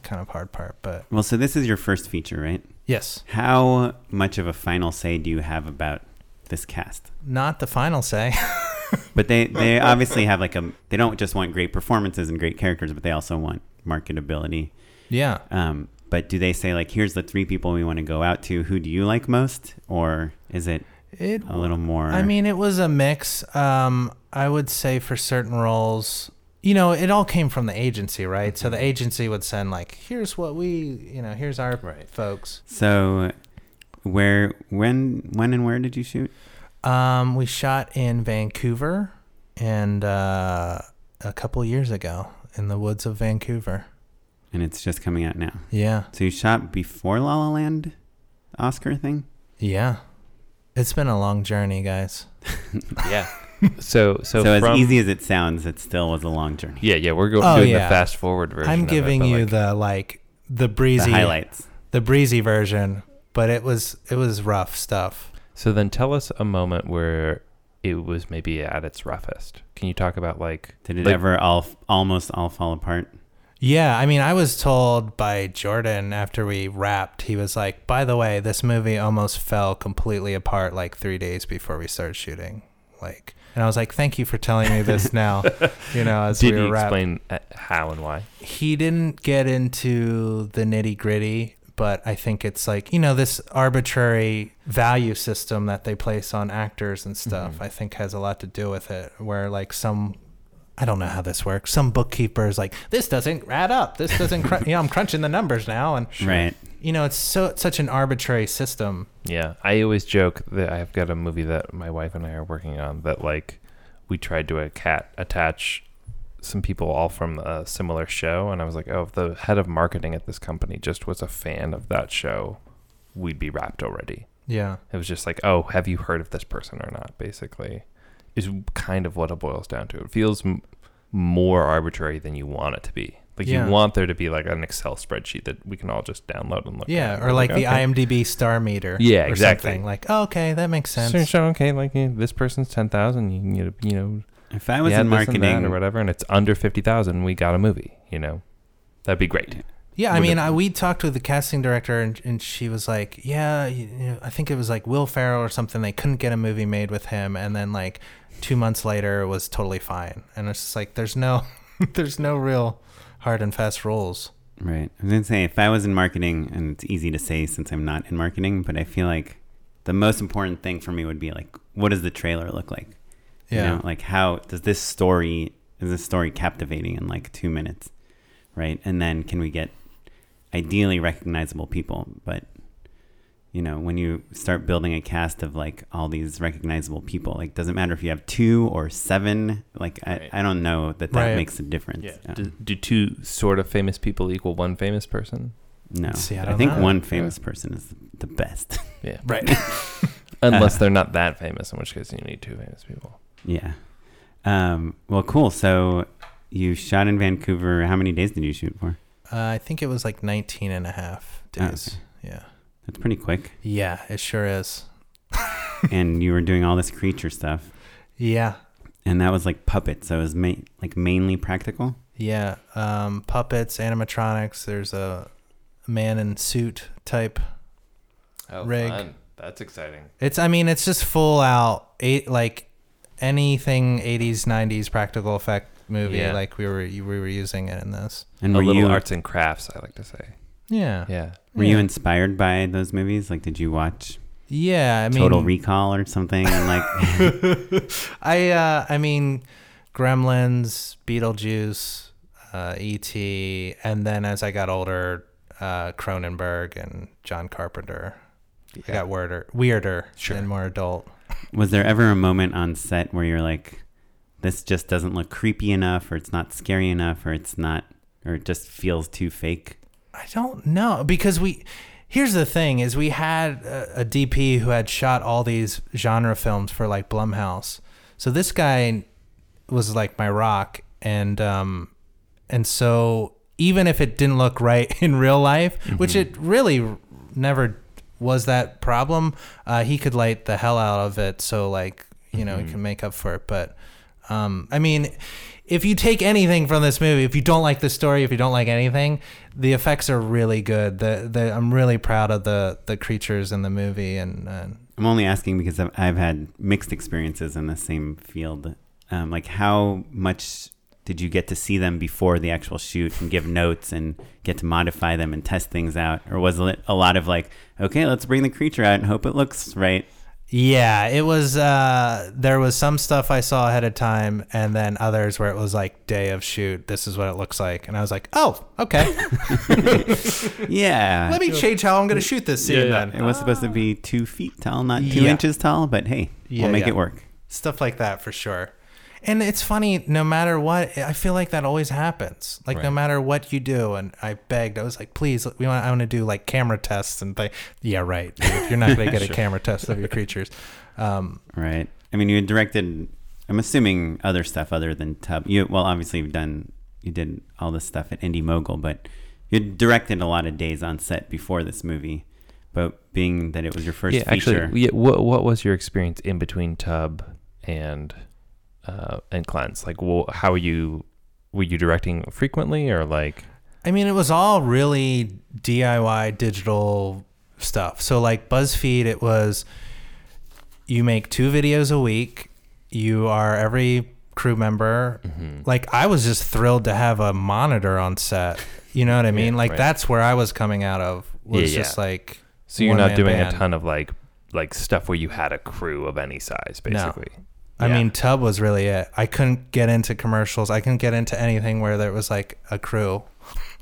S3: kind of hard part. But
S2: Well, so this is your first feature, right?
S3: yes,
S2: How much of a final say do you have about this cast?
S3: not the final say.
S2: But they they obviously have like a they don't just want great performances and great characters, but they also want marketability.
S3: yeah.
S2: Um, but do they say like here's the three people we want to go out to? Who do you like most, or is it
S3: It
S2: a little more?
S3: I mean, it was a mix. Um, I would say for certain roles, you know, it all came from the agency, right? So
S1: Mm-hmm.
S3: the agency would send like, here's what we, you know, here's our
S1: Right.
S3: folks.
S2: so where when when and where did you shoot?
S3: Um, we shot in Vancouver and uh, a couple years ago in the woods of Vancouver.
S2: And it's just coming out now.
S3: Yeah,
S2: So you shot before La La Land, Oscar thing.
S3: yeah. It's been a long journey, guys.
S1: Yeah. so so,
S2: So,
S1: from,
S2: as easy as it sounds, it still was a long journey.
S1: Yeah, yeah, we're going
S3: Oh,
S1: doing the
S3: yeah.
S1: fast forward version.
S3: I'm
S1: of it,
S3: giving
S1: but,
S3: you
S1: like,
S3: the like the
S2: The
S3: breezy
S2: highlights.
S3: the breezy version, but it was it was rough stuff.
S1: So then tell us a moment where it was maybe at its roughest. Can you talk about like
S2: Did it
S1: like-
S2: ever all almost all fall apart?
S3: Yeah, I mean, I was told by Jordan after we wrapped, he was like, "By the way, this movie almost fell completely apart like three days before we started shooting." Like, and I was like, "Thank you for telling me this now." you know, as
S1: Did
S3: we
S1: he
S3: were wrapped,
S1: explain uh, how and why?
S3: he didn't get into the nitty gritty. But I think it's like, you know, this arbitrary value system that they place on actors and
S1: Mm-hmm.
S3: stuff, I think has a lot to do with it. Where, like, some I don't know how this works. Some bookkeeper is like, this doesn't add up. This doesn't, cr-. you know, I'm crunching the numbers now. And,
S2: Right.
S3: you know, it's so it's such an arbitrary system.
S1: Yeah, I always joke that I've got a movie that my wife and I are working on that like we tried to a cat attach some people all from a similar show, and I was like, oh, if the head of marketing at this company just was a fan of that show, we'd be wrapped already.
S3: Yeah.
S1: It was just like, oh, have you heard of this person or not? Basically, is kind of what it boils down to. It feels m- more arbitrary than you want it to be. Like
S3: Yeah.
S1: you want there to be like an Excel spreadsheet that we can all just download and look. at.
S3: Yeah. Or
S1: We're
S3: like the
S1: okay.
S3: IMDb star meter.
S1: Yeah,
S3: or
S1: exactly.
S3: something. Like, oh, okay, that makes sense.
S1: So, so, okay, like you know, this person's ten thousand. You can get, a- you know,
S2: If I was
S1: yeah,
S2: in
S1: this and that
S2: marketing,
S1: or whatever, and it's under fifty thousand, we got a movie. You know, that'd be great.
S3: Yeah, I
S1: Would
S3: mean,
S1: it-
S3: I, we talked with the casting director, and, and she was like, "Yeah, you, you know, I think it was like Will Ferrell or something. They couldn't get a movie made with him, and then like two months later, it was totally fine." And it's just like, there's no, there's no real hard and fast rules.
S2: right. I was gonna say if I was in marketing, and it's easy to say since I'm not in marketing, but I feel like the most important thing for me would be like, what does the trailer look like? You
S3: Yeah.
S2: know, like how does this story is this story captivating in like two minutes, right? And then can we get ideally recognizable people? But you know, when you start building a cast of like all these recognizable people, like doesn't matter if you have two or seven. Like
S1: Right.
S2: I, I don't know that that
S3: Right.
S2: makes a difference. Um,
S1: Do, do two sort of famous people equal one famous person?
S2: No,
S3: See, I
S2: I,
S3: don't
S2: think
S3: know.
S2: one famous person is the best.
S1: Yeah,
S3: Right.
S1: unless they're not that famous, in which case you need two famous people.
S2: yeah. Um, well, cool. So you shot in Vancouver. How many days did you shoot for?
S3: Uh, I think it was like 19 and a half days. Yeah.
S2: That's pretty quick.
S3: Yeah, it sure is.
S2: and you were doing all this creature stuff,
S3: Yeah.
S2: and that was like puppets. So it was ma- like mainly practical.
S3: Yeah. Um, puppets, animatronics. There's a man in suit type
S1: Oh,
S3: Rig. fun.
S1: That's exciting.
S3: It's I mean it's just full out eight like anything 80s 90s practical effect movie
S1: Yeah.
S3: like we were we were using it in this.
S2: And
S1: a
S2: were
S1: little
S2: you
S1: arts and crafts, I like to say.
S3: Yeah.
S1: Yeah.
S2: Were
S3: Yeah.
S2: you inspired by those movies? Like, did you watch
S3: Yeah, I mean,
S2: Total Recall or something? And like,
S3: I uh, I mean, Gremlins, Beetlejuice, uh, E.T., and then as I got older, uh, Cronenberg and John Carpenter. I got weirder, weirder,
S1: Sure.
S3: and more adult.
S2: was there ever a moment on set where you're like, this just doesn't look creepy enough, or it's not scary enough, or it's not, or it just feels too fake?
S3: I don't know because we. Here's the thing: is we had a, a DP who had shot all these genre films for like Blumhouse, so this guy was like my rock, and um, and so even if it didn't look right in real life, which it really never was that problem, uh, he could light the hell out of it. So like you know he can make up for it, but um, I mean, if you take anything from this movie, if you don't like the story, if you don't like anything, the effects are really good. The, the I'm really proud of the the creatures in the movie, and uh,
S2: I'm only asking because I've, I've had mixed experiences in the same field. Um, like, how much did you get to see them before the actual shoot and give notes and get to modify them and test things out? Or was it a lot of like, okay, let's bring the creature out and hope it looks right?
S3: yeah, it was. Uh, there was some stuff I saw ahead of time, and then others where it was like day of shoot. This is what it looks like, and I was like, oh, okay.
S2: Yeah.
S3: Let me change how I'm gonna shoot this scene
S1: Yeah, yeah.
S2: It
S3: then.
S2: was supposed to be two feet tall, not two
S3: Yeah.
S2: inches tall, but hey,
S3: Yeah,
S2: we'll make
S3: yeah.
S2: it work.
S3: stuff like that for sure. And it's funny, no matter what, I feel like that always happens. Like no
S1: Right.
S3: matter what you do, and I begged, I was like, please, we want, I want to do like camera tests and things. Yeah, right. dude. You're not gonna get a camera test of your creatures. Um,
S2: Right. I mean, you had directed. I'm assuming other stuff other than Tub. You well, obviously you've done. You did all this stuff at Indie Mogul, but you directed a lot of days on set before this movie. But being that it was your first
S1: yeah,
S2: feature,
S1: actually, yeah, what what was your experience in between Tub and uh, and Cleanse? Like, wh- how are you? Were you directing frequently, or like?
S3: I mean, it was all really DIY digital stuff. So like BuzzFeed, it was you make two videos a week. You are every crew member.
S1: Mm-hmm.
S3: Like I was just thrilled to have a monitor on set. You know what I mean? like
S1: right.
S3: that's where I was coming out of. Was
S1: Yeah, yeah.
S3: just like
S1: So you're not
S3: one-man
S1: doing
S3: band.
S1: a ton of like like stuff where you had a crew of any size, basically.
S3: I
S1: Yeah.
S3: mean, Tub was really it. I couldn't get into commercials. I couldn't get into anything where there was like a crew.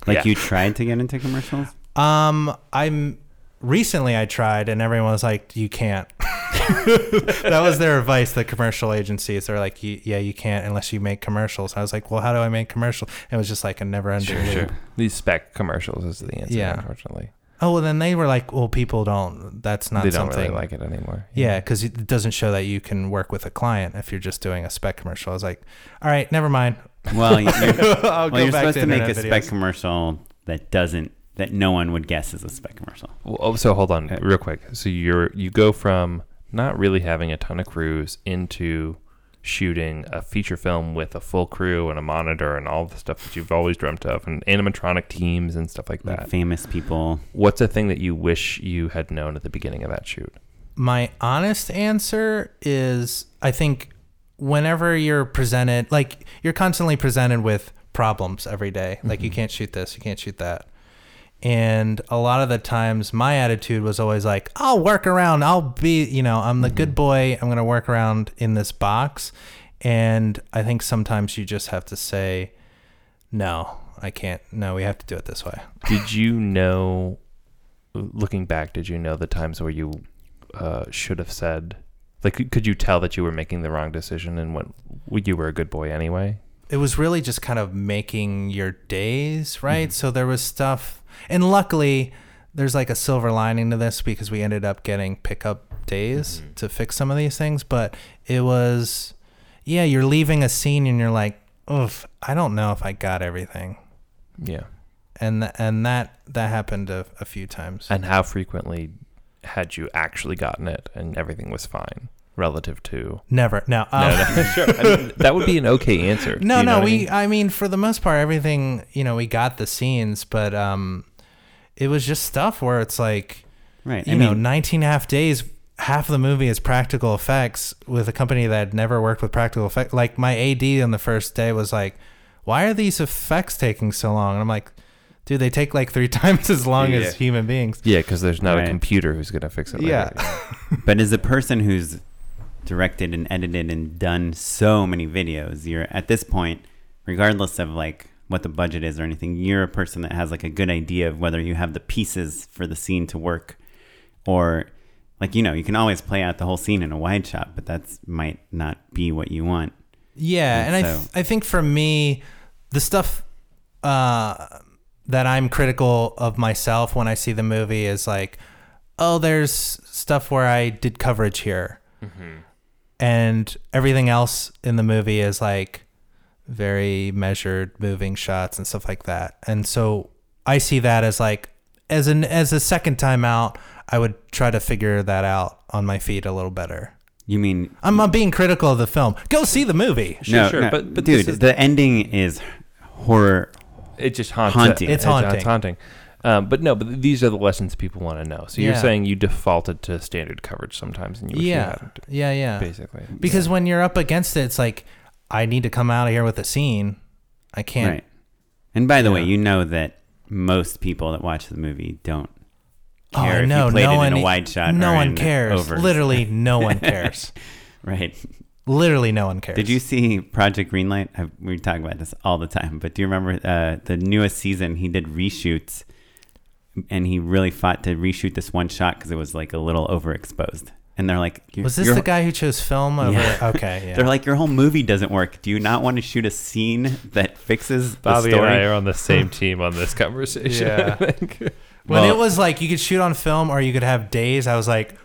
S2: like
S1: yeah.
S2: you tried to get into commercials.
S3: Um, I'm recently I tried and everyone was like, you can't. that was their advice. The commercial agencies they're like, "You- yeah, you can't unless you make commercials. I was like, well, how do I make commercials? And it was just like a never ending. loop.
S1: These spec commercials is the answer,
S3: Yeah.
S1: unfortunately.
S3: Oh, well, then they were like, well, people don't. That's not
S1: they don't
S3: something.
S1: really like it anymore.
S3: yeah, because it doesn't show that you can work with a client if you're just doing a spec commercial. I was like, all right, never mind.
S2: Well, you- you're,
S3: I'll
S2: well, you're supposed to, make a
S3: internet
S2: spec
S3: videos.
S2: commercial that doesn't that no one would guess is a spec commercial.
S1: Well, oh, so hold on
S2: Yeah.
S1: real quick. So you're you go from not really having a ton of crews into shooting a feature film with a full crew and a monitor and all the stuff that you've always dreamt of and animatronic teams and stuff like
S2: Like
S1: that.
S2: famous people.
S1: What's a thing that you wish you had known at the beginning of that shoot?
S3: my honest answer is I think whenever you're presented, like you're constantly presented with problems every day. Like you can't shoot this, you can't shoot that. And a lot of the times, my attitude was always like, I'll work around. I'll be, you know, I'm the good boy. I'm going to work around in this box. And I think sometimes you just have to say, no, I can't. No, we have to do it this way.
S1: did you know looking back did you know the times where you uh, should have said like could- could you tell that you were making the wrong decision and when you were a good boy anyway
S3: it was really just kind of making your days
S1: Mm-hmm.
S3: right so there was stuff and luckily there's like a silver lining to this because we ended up getting pickup days
S1: Mm-hmm.
S3: to fix some of these things but it was yeah you're leaving a scene and you're like oof i don't know if i got everything
S1: yeah
S3: and th- and that that happened a, a few times
S1: and how frequently had you actually gotten it and everything was fine relative to
S3: never no um,
S1: no, no, sure. I mean, that would be an okay answer
S3: No,
S1: You know
S3: no,
S1: what I
S3: we. I
S1: mean?
S3: mean? for the most part, everything. You know, we got the scenes, but um, it was just stuff where it's like,
S2: Right.
S3: you
S2: I
S3: know,
S2: mean,
S3: 19 half days. Half of the movie is practical effects with a company that had never worked with practical effects. Like my AD on the first day was like, "Why are these effects taking so long?" And I'm like, dude, they take like three times as long
S1: Yeah.
S3: as human beings.
S1: Yeah, because there's not
S2: Right.
S1: a computer who's gonna fix it.
S3: Yeah.
S1: Later. Yeah.
S2: But as a person who's directed and edited and done so many videos, you're at this point, regardless of like what the budget is or anything, you're a person that has like a good idea of whether you have the pieces for the scene to work or like you know, you can always play out the whole scene in a wide shot, but that's might not be what you want.
S3: Yeah,
S2: And
S3: and, I,
S2: so-
S3: th- I think for me, the stuff uh, that I'm critical of myself when I see the movie is like, oh, there's stuff where I did coverage here, and everything else in the movie is like very measured moving shots and stuff like that. And so I see that as like as an as a second time out, I would try to figure that out on my feet a little better.
S2: You mean
S3: I'm, I'm being critical of the film. Go see the movie.
S1: Sure, sure, but- but
S2: dude,
S1: this is-
S2: the ending is horror.
S1: It just haunts.
S2: Haunting.
S3: It's
S1: It's haunting. Um, but no, but these are the lessons people want to know. So you're
S3: Yeah.
S1: saying you defaulted to standard coverage sometimes, and you wish you
S3: yeah
S1: hadn't,
S3: yeah yeah
S1: basically.
S3: because when you're up against it it's like i need to come out of here with a scene i can't
S2: Right. And by the way,
S1: Yeah.
S2: you know that most people that watch the movie don't
S3: oh
S2: care if
S3: no
S2: you played
S3: no
S2: it
S3: one
S2: in a wide shot.
S3: no
S2: or
S3: one
S2: in
S3: cares
S2: Over.
S3: literally no one cares
S2: Right.
S3: literally no one cares
S2: Did you see Project Greenlight? I, we talk about this all the time, but do you remember uh, the newest season? He did reshoots, and he really fought to reshoot this one shot because it was like a little overexposed. And they're like, "Your-
S3: was this
S2: your-
S3: the guy who chose film over
S2: Yeah.
S3: okay yeah
S2: They're like, "Your whole movie doesn't work. Do you not want to shoot a scene that fixes the
S1: Bobby
S2: story?"
S1: and I are on the same team on this conversation.
S3: Yeah.
S1: I think.
S3: when
S2: well-
S3: it was like you could shoot on film or you could have days i was like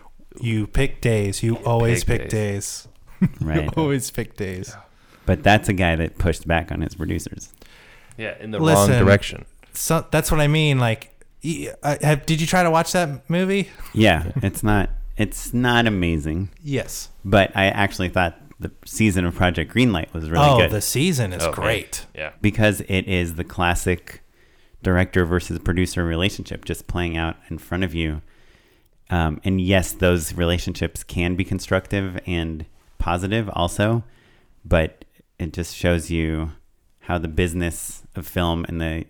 S3: you pick days you always
S1: Pick
S3: pick, days,
S2: Right.
S3: you always pick days
S2: But that's a guy that pushed back on his producers.
S1: Yeah, in the
S3: Listen.
S1: wrong direction.
S3: so that's what i mean like y- I- have, did you try to watch that movie
S2: Yeah, it's not it's not amazing,
S3: yes
S2: but I actually thought the season of Project Greenlight was really
S3: oh
S2: good
S3: the season is
S1: Oh, man.
S3: great
S1: Yeah.
S2: because it is the classic director versus producer relationship just playing out in front of you. Um, and yes, those relationships can be constructive and positive also, but it just shows you how the business of film and the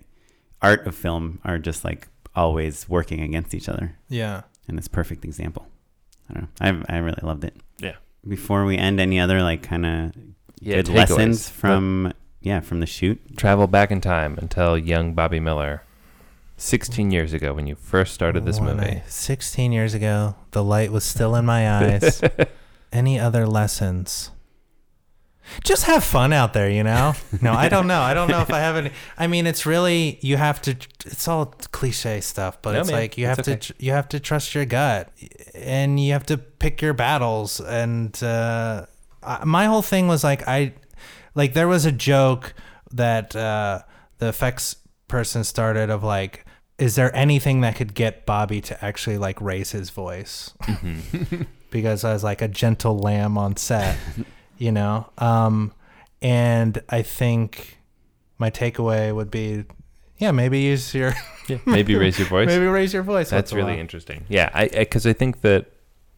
S2: art of film are just like always working against each other.
S3: Yeah.
S2: and it's a perfect example. I don't know. I I really loved it.
S1: Yeah.
S2: Before we end, any other like kind of
S1: Yeah.
S2: good
S1: takeaways.
S2: lessons from yeah from the shoot?
S1: travel back in time and tell young Bobby Miller, 16 years ago when you first started this
S3: When
S1: movie.
S3: I- 16 years ago, the light was still in my eyes. Any other lessons? Just have fun out there, you know? No, I don't know. I don't know if I have any. I mean, it's really, you have to, it's all cliche stuff, but
S1: No,
S3: it's
S1: man.
S3: like you
S1: It's
S3: have to,
S1: okay.
S3: tr- you have to trust your gut and you have to pick your battles. And uh, I, my whole thing was like, I, like there was a joke that uh, the effects person started of like is there anything that could get bobby to actually like raise his voice
S1: Mm-hmm.
S3: because i was like a gentle lamb on set you know um and i think my takeaway would be yeah maybe use your
S1: Yeah, Maybe raise your voice.
S3: maybe raise your voice once
S1: That's
S3: in a
S1: really
S3: while.
S1: interesting. Yeah, I because I, think that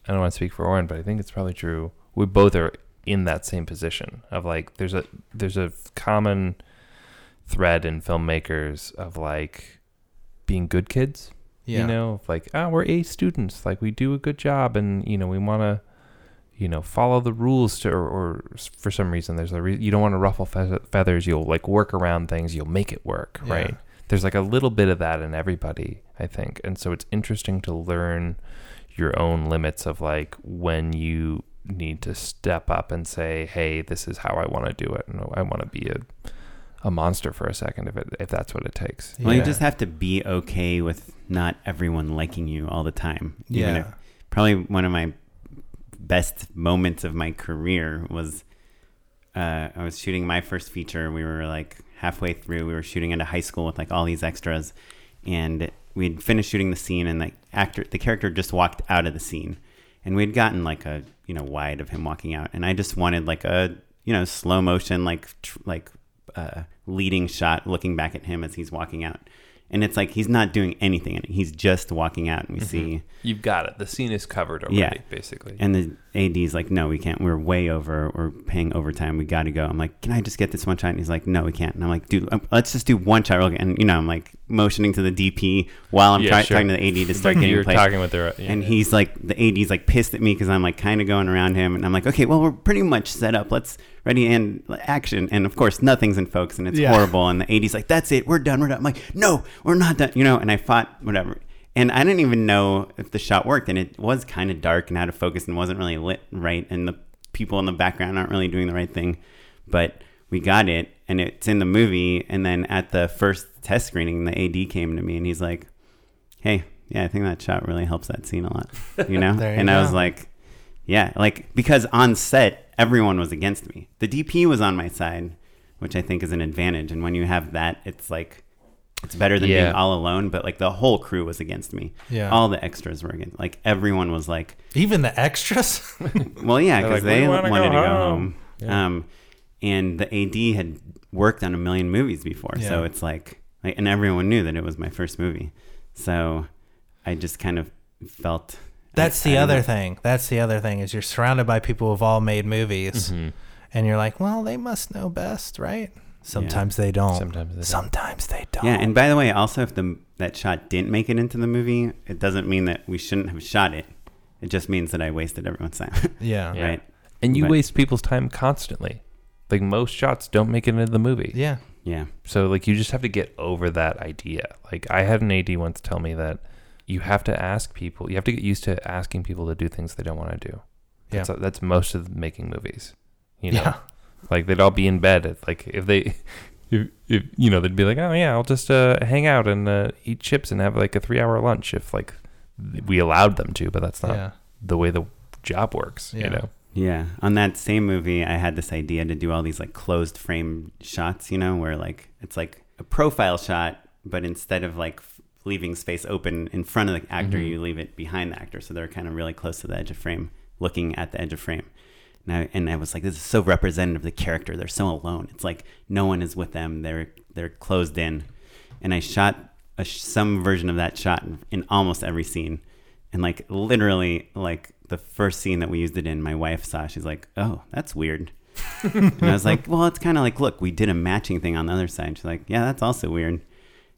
S1: I don't want to speak for Oren, but I think it's probably true. We both are in that same position of like there's a there's a common thread in filmmakers of like being good kids.
S3: yeah
S1: You know, of like ah, we're A students. Like we do a good job, and you know we want to. You know, follow the rules to, or, or s- for some reason, there's a re- you don't want to ruffle fe- feathers. You'll like work around things. You'll make it work,
S3: Yeah.
S1: right? there's like a little bit of that in everybody, I think. And so it's interesting to learn your own limits of like when you need to step up and say, "Hey, this is how I want to do it." And I want to be a a monster for a second if it if that's what it takes.
S2: Well, you
S3: Yeah.
S2: just have to be okay with not everyone liking you all the time. even
S3: yeah
S2: if- probably one of my best moments of my career was uh, I was shooting my first feature. We were like halfway through. We were shooting at a high school with like all these extras, and we'd finished shooting the scene, and the actor, the character, just walked out of the scene, and we'd gotten like a you know wide of him walking out, and I just wanted like a you know slow motion like tr- like uh, leading shot, looking back at him as he's walking out. And it's like he's not doing anything. He's just walking out, and we see
S1: You've got it. The scene is covered
S2: already, Yeah.
S1: basically.
S2: and the AD's like, no, we can't. We're way over. We're paying overtime. We got to go. I'm like, can I just get this one shot? And he's like, no, we can't. And I'm like, dude, um, let's just do one shot. real quick." And, you know, I'm like, motioning to the DP while I'm
S1: Yeah,
S2: try-
S1: sure.
S2: talking to the AD to start
S1: like
S2: getting
S1: you're
S2: plays.
S1: talking with their yeah,
S2: and
S1: yeah.
S2: he's like, the AD's like pissed at me because I'm like kind of going around him, and I'm like, okay, well, we're pretty much set up. Let's ready and action. And of course, nothing's in focus, and it's
S3: Yeah.
S2: horrible. And the AD's like, that's it, we're done, we're done. I'm like, no, we're not done, you know. And I fought whatever, and I didn't even know if the shot worked, and it was kind of dark and out of focus, and wasn't really lit right, and the people in the background aren't really doing the right thing, but we got it, and it's in the movie. And then at the first test screening, the AD came to me, and he's like hey, yeah, I think that shot really helps that scene a lot, you know?
S3: There you
S2: and I was
S3: go.
S2: like, yeah, like because on set, everyone was against me. The DP was on my side, which I think is an advantage. And when you have that, it's like, it's better than
S1: Yeah.
S2: being all alone, but like the whole crew was against me.
S3: Yeah.
S2: All the extras were against Like everyone was like,
S3: Even the extras.
S2: well, yeah,
S1: They're like,
S2: because they
S1: "We
S2: wanted
S1: wanna
S2: to
S1: go
S2: go
S1: home."
S2: home. Um, and the AD had worked on a million movies before, so
S3: Yeah.
S2: it's like, like, and everyone knew that it was my first movie. So I just kind of felt
S3: That's
S2: I-
S3: the
S2: I
S3: other
S2: don't-
S3: thing. That's the other thing is you're surrounded by people who've all made movies,
S1: Mm-hmm.
S3: and you're like, well, they must know best, right? Sometimes they
S2: Oh,
S3: don't.
S1: Sometimes they don't.
S3: Sometimes they don't.
S2: Yeah, and by the way, also if the that shot didn't make it into the movie, it doesn't mean that we shouldn't have shot it. It just means that I wasted everyone's time,
S3: yeah,
S1: Yeah.
S3: yeah.
S2: right?
S1: And you
S2: But-
S1: waste people's time constantly. Like most shots don't make it into the movie.
S2: Yeah,
S1: So like you just have to get over that idea. Like I had an AD once tell me that you have to ask people. You have to get used to asking people to do things they don't want to do.
S3: Yeah.
S1: That's, that's most of making movies. You know,
S3: Yeah.
S1: like they'd all be in bed. At, like if they, if, if you know, they'd be like, oh yeah, I'll just uh, hang out and uh, eat chips and have like a three-hour lunch if like we allowed them to. But that's not
S3: Yeah.
S1: the way the job works.
S3: Yeah.
S1: You know.
S2: Yeah. On that same movie, I had this idea to do all these like closed frame shots, you know, where like it's like a profile shot, but instead of like f- leaving space open in front of the actor,
S1: Mhm.
S2: you leave it behind the actor. So they're kind of really close to the edge of frame, looking at the edge of frame. And I, and I was like, this is so representative of the character. They're so alone. It's like no one is with them. They're they're closed in. And I shot a, sh- some version of that shot in, in almost every scene. And like literally, like the first scene that we used it in, my wife saw. She's like, "Oh, that's weird." and I was like, "Well, it's kind of like, look, we did a matching thing on the other side." She's like, "Yeah, that's also weird."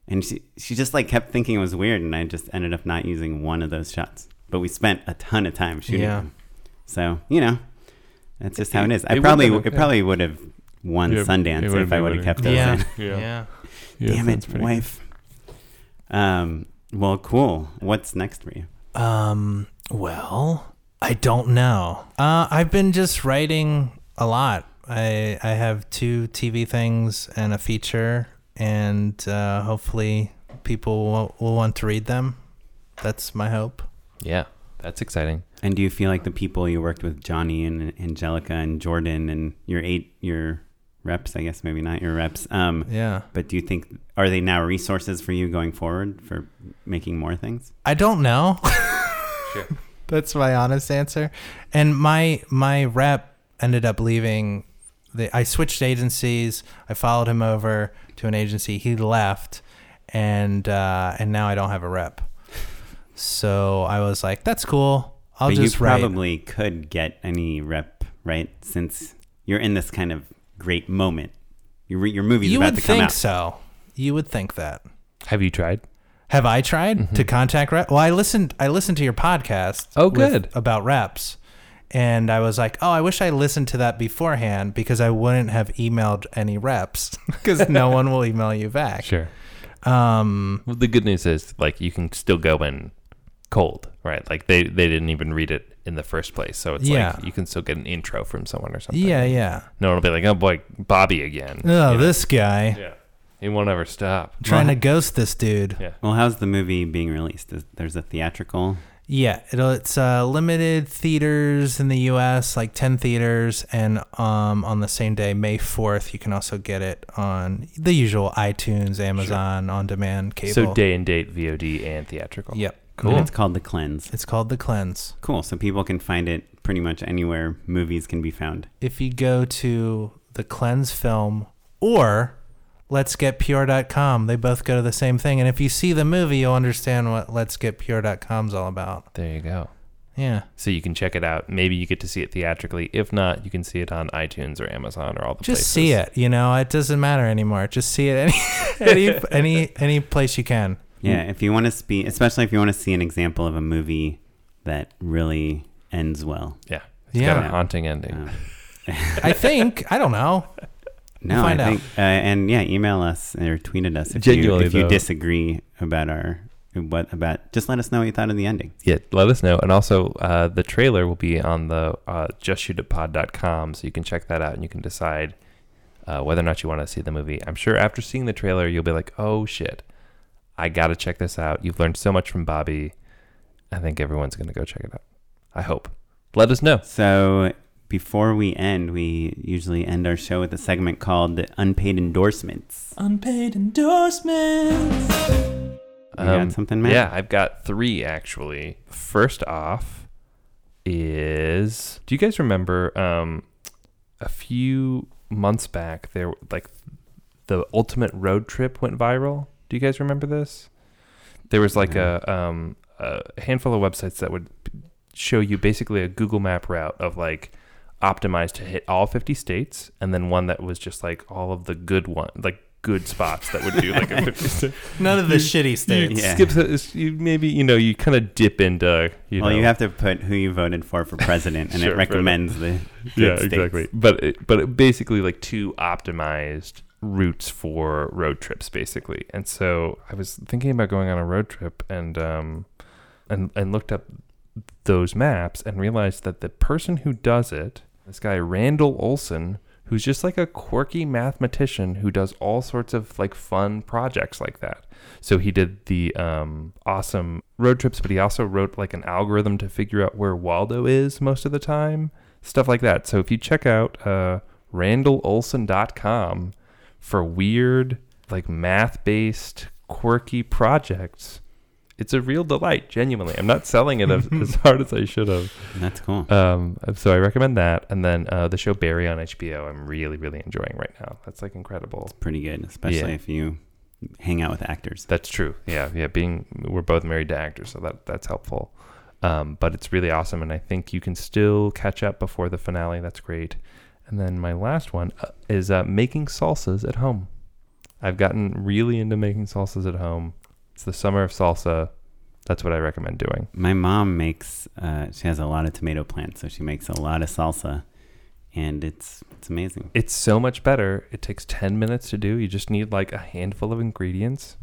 S2: And she she just like kept thinking it was weird, and I just ended up not using one of those shots. But we spent a ton of time shooting.
S3: Yeah.
S2: them. So you know, that's just how it is.
S1: It
S2: I
S1: would
S2: probably
S1: have-
S2: it probably would have won
S1: Yeah, it
S2: Sundance
S1: would
S2: if
S1: have
S2: I
S1: been
S2: would
S1: winning.
S2: have kept those in
S3: Yeah.
S1: Yeah.
S3: Yeah.
S2: damn it, wife. Um. Well, cool. What's next for you?
S3: Um, well, I don't know. Uh, I've been just writing a lot. I I have two TV things and a feature, and uh, hopefully people will, will want to read them. That's my hope.
S1: Yeah, that's exciting.
S2: And do you feel like the people you worked with, Johnny and Angelica and Jordan and your eight your reps, I guess maybe not your reps, um,
S3: Yeah.
S2: but do you think are they now resources for you going forward for making more things?
S3: I don't know.
S1: Sure.
S3: That's my honest answer. And my my rep ended up leaving. The, I switched agencies. I followed him over to an agency. He left, and uh, and now I don't have a rep. So I was like, "That's cool. I'll
S2: but
S3: just
S2: you
S3: write."
S2: probably could get any rep, right? Since you're in this kind of great moment, your re- your movie's
S3: you
S2: about
S3: would
S2: to come
S3: think
S2: out.
S3: so. You would think that.
S1: Have you tried?
S3: Have I tried to contact rep? Well, I listened. I listened to your podcast.
S1: Mm-hmm. Oh,
S3: with-
S1: good.
S3: about reps, and I was like, oh, I wish I listened to that beforehand because I wouldn't have emailed any reps because no one will email you back.
S1: Sure.
S3: Um,
S1: Well, the good news is like you can still go in cold, right? Like they they didn't even read it in the first place, so it's
S3: Yeah.
S1: like you can still get an intro from someone or something.
S3: yeah, yeah.
S1: No one will be like, oh boy, Bobby again.
S3: Oh,
S1: You know?
S3: this guy
S1: Yeah. He won't ever stop.
S3: trying
S2: Well-
S3: to ghost this dude.
S1: Yeah.
S2: Well, how's the movie being released? Is, there's a theatrical.
S3: Yeah, it'll, it's uh, limited theaters in the U.S., like ten theaters, and um, on the same day, May fourth, you can also get it on the usual iTunes, Amazon, on-demand cable.
S1: So day and date VOD and theatrical.
S3: Yep.
S1: Cool.
S2: And it's called The Cleanse.
S3: It's called The Cleanse.
S2: Cool. So people can find it pretty much anywhere movies can be found.
S3: If you go to The Cleanse film or Let's Get Pure.com, they both go to the same thing. And if you see the movie, you'll understand what Let's Get Pure.com's all about.
S1: There you go.
S3: Yeah.
S1: So you can check it out. Maybe you get to see it theatrically. If not, you can see it on iTunes or Amazon or all the
S3: Just
S1: places.
S3: see it. You know, it doesn't matter anymore. Just see it any any any, any place you can.
S2: Yeah,
S1: Hmm.
S2: if you want to see, especially if you want to see an example of a movie that really ends well.
S1: Yeah. It's got a
S3: Yeah.
S1: haunting ending.
S2: Um,
S3: I think I don't know.
S2: no, I
S3: find out.
S2: think, uh, and yeah, email us or tweet at us if
S1: Genuinely,
S2: you if you
S1: though.
S2: disagree about our what about. Just let us know what you thought of the ending.
S1: yeah, let us know. And also, uh, the trailer will be on the uh, justshootitpod.com, so you can check that out and you can decide uh, whether or not you want to see the movie. I'm sure after seeing the trailer, you'll be like, "Oh shit, I gotta check this out." You've learned so much from Bobby. I think everyone's gonna go check it out. I hope. Let us know.
S2: So before we end, we usually end our show with a segment called the unpaid endorsements.
S3: Unpaid endorsements.
S2: You got something, Matt?
S1: Um, Yeah, I've got three actually. First off, is do you guys remember um, a few months back there like the ultimate road trip went viral? Do you guys remember this? There was like a, um, a handful of websites that would show you basically a Google Map route of like optimized to hit all 50 states, and then one that was just like all of the good one, like good spots that would do like a 50 state
S3: None of the shitty
S1: you
S3: states.
S2: Yeah.
S1: skip the- you maybe you know you kind of dip into you
S2: well,
S1: know
S2: Oh, you have to put who you voted for for president, and
S1: Sure,
S2: it
S1: fair enough.
S2: recommends the good
S1: yeah
S2: states.
S1: exactly but it, but it basically like two optimized routes for road trips basically and so I was thinking about going on a road trip and um and and looked up those maps and realized that the person who does it this guy Randall Olson who's just like a quirky mathematician who does all sorts of like fun projects like that So he did the um, awesome road trips, but he also wrote like an algorithm to figure out where Waldo is most of the time, stuff like that. So if you check out uh, randallolson.com for weird, like math based, quirky projects, it's a real delight, genuinely. I'm not selling it as, as hard as I should have.
S2: That's cool.
S1: Um, so I recommend that. And then uh, the show Barry on HBO, I'm really, really enjoying right now. That's like incredible.
S2: Pretty good, especially
S1: Yeah.
S2: if you hang out with actors.
S1: That's true. Yeah, yeah. Being we're both married to actors, so that that's helpful. Um, but it's really awesome, and I think you can still catch up before the finale. That's great. And then my last one uh, is uh, making salsas at home. I've gotten really into making salsas at home. It's the summer of salsa. That's what I recommend doing.
S2: My mom makes. Uh, she has a lot of tomato plants, so she makes a lot of salsa, and it's it's amazing.
S1: It's so much better. It takes ten minutes to do. You just need like a handful of ingredients.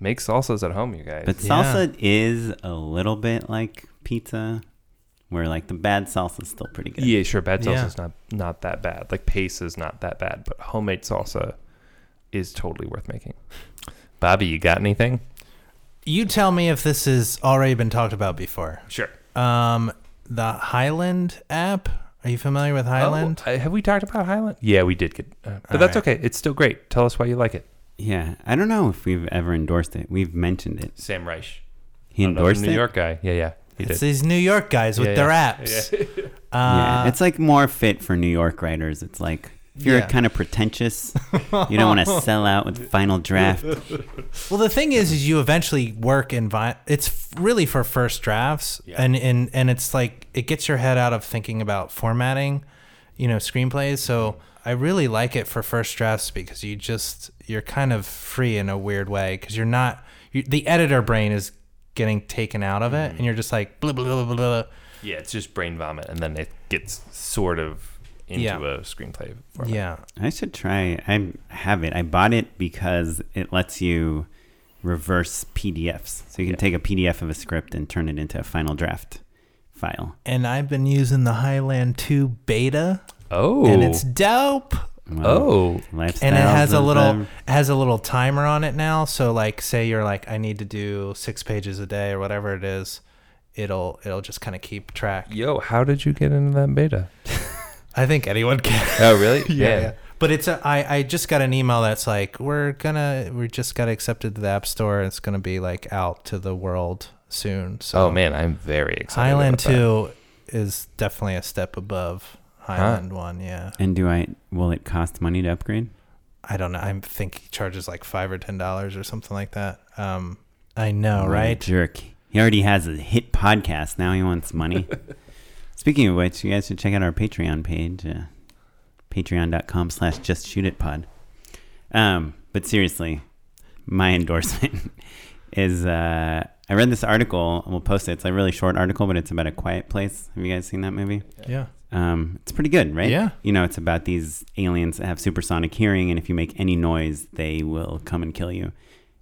S1: Make salsas at home, you guys.
S2: But
S3: Yeah.
S2: salsa is a little bit like pizza, where like the bad salsa is still pretty good.
S1: Yeah, sure. Bad salsa
S3: Yeah.
S1: is not not that bad. Like pace is not that bad, but homemade salsa is totally worth making. Bobby, you got anything?
S3: You tell me if this has already been talked about before.
S1: Sure.
S3: Um, the Highland app. Are you familiar with Highland?
S1: Oh, uh, have we talked about Highland? Yeah, we did. Get, uh, but
S3: All
S1: that's
S3: right.
S1: okay. It's still great. Tell us why you like it.
S2: Yeah, I don't know if we've ever endorsed it. We've mentioned it.
S1: Sam Reich.
S2: He endorsed
S1: New
S2: it.
S1: York guy. Yeah, yeah. He
S3: it's
S1: did.
S3: these New York guys with
S1: Yeah,
S3: their
S1: yeah.
S3: apps.
S2: yeah,
S1: Ah.
S3: Uh,
S2: it's like more fit for New York writers. It's like if you're
S3: Yeah.
S2: kind of pretentious, you don't want to sell out with final draft.
S3: Well, the thing is, is you eventually work in. Vi- it's f- really for first drafts,
S1: Yeah.
S3: and and and it's like it gets your head out of thinking about formatting, you know, screenplays. So I really like it for first drafts because you just you're kind of free in a weird way because you're not you, the editor brain is getting taken out of
S1: Mm-hmm.
S3: it, and you're just like blah blah blah blah. blah.
S1: Yeah, it's just brain vomit, and then it gets sort of into
S3: Yeah.
S1: a screenplay format.
S3: Yeah,
S2: I should try. I have it. I bought it because it lets you reverse PDFs. So you can
S1: Yeah.
S2: take a PDF of a script and turn it into a final draft file.
S3: and I've been using the Highland Two beta,
S1: Oh.
S3: and it's dope.
S2: Well,
S1: oh.
S3: and it
S2: lifestyles
S3: has a
S2: of
S3: little
S2: them.
S3: it has a little timer on it now so like say you're like i need to do six pages a day or whatever it is it'll it'll just kind of keep track
S1: Yo, how did you get into that beta?
S3: i think anyone can
S1: Oh, really? yeah.
S3: but it's a, I, I just got an email that's like we're gonna we just got accepted to the app store it's gonna be like out to the world soon so
S1: Oh man, I'm very excited.
S3: highland
S1: about that.
S3: 2 is definitely a step above highland 1 yeah
S2: And do I? Will it cost money to upgrade?
S3: I don't know. I think he charges like five or ten dollars or something like that. Um, I know,
S2: What a
S3: right?
S2: Jerk. He already has a hit podcast. Now he wants money. Speaking of which, you guys should check out our Patreon page, uh, patreon.com slash just shoot it pod. Um, but seriously, my endorsement is uh, I read this article. We'll post it. It's a really short article, but it's about a quiet place. Have you guys seen that movie?
S3: Yeah.
S2: Um, it's pretty good, right?
S3: Yeah.
S2: You know, it's about these aliens that have supersonic hearing, and if you make any noise, they will come and kill you.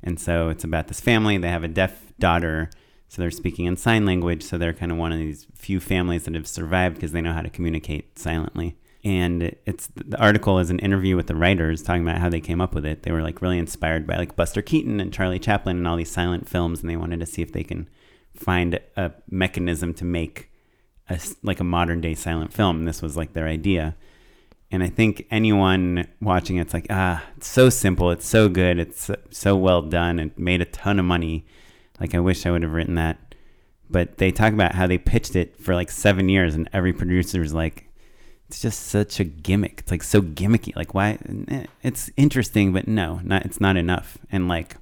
S2: And so it's about this family. They have a deaf daughter, so they're speaking in sign language. So they're kind of one of these few families that have survived because they know how to communicate silently. And it's the article is an interview with the writers talking about how they came up with it. They were like really inspired by like Buster Keaton and Charlie Chaplin and all these silent films, and they wanted to see if they can find a mechanism to make a s like a modern day silent film. This was like their idea. And I think anyone watching it's like, ah, it's so simple. It's so good. It's so- so well done. It made a ton of money. Like, I wish I would have written that. But they talk about how they pitched it for like seven years, and every producer was like, it's just such a gimmick. It's like so gimmicky. Like, why? eh, It's interesting, but no, not, it's not enough. And like,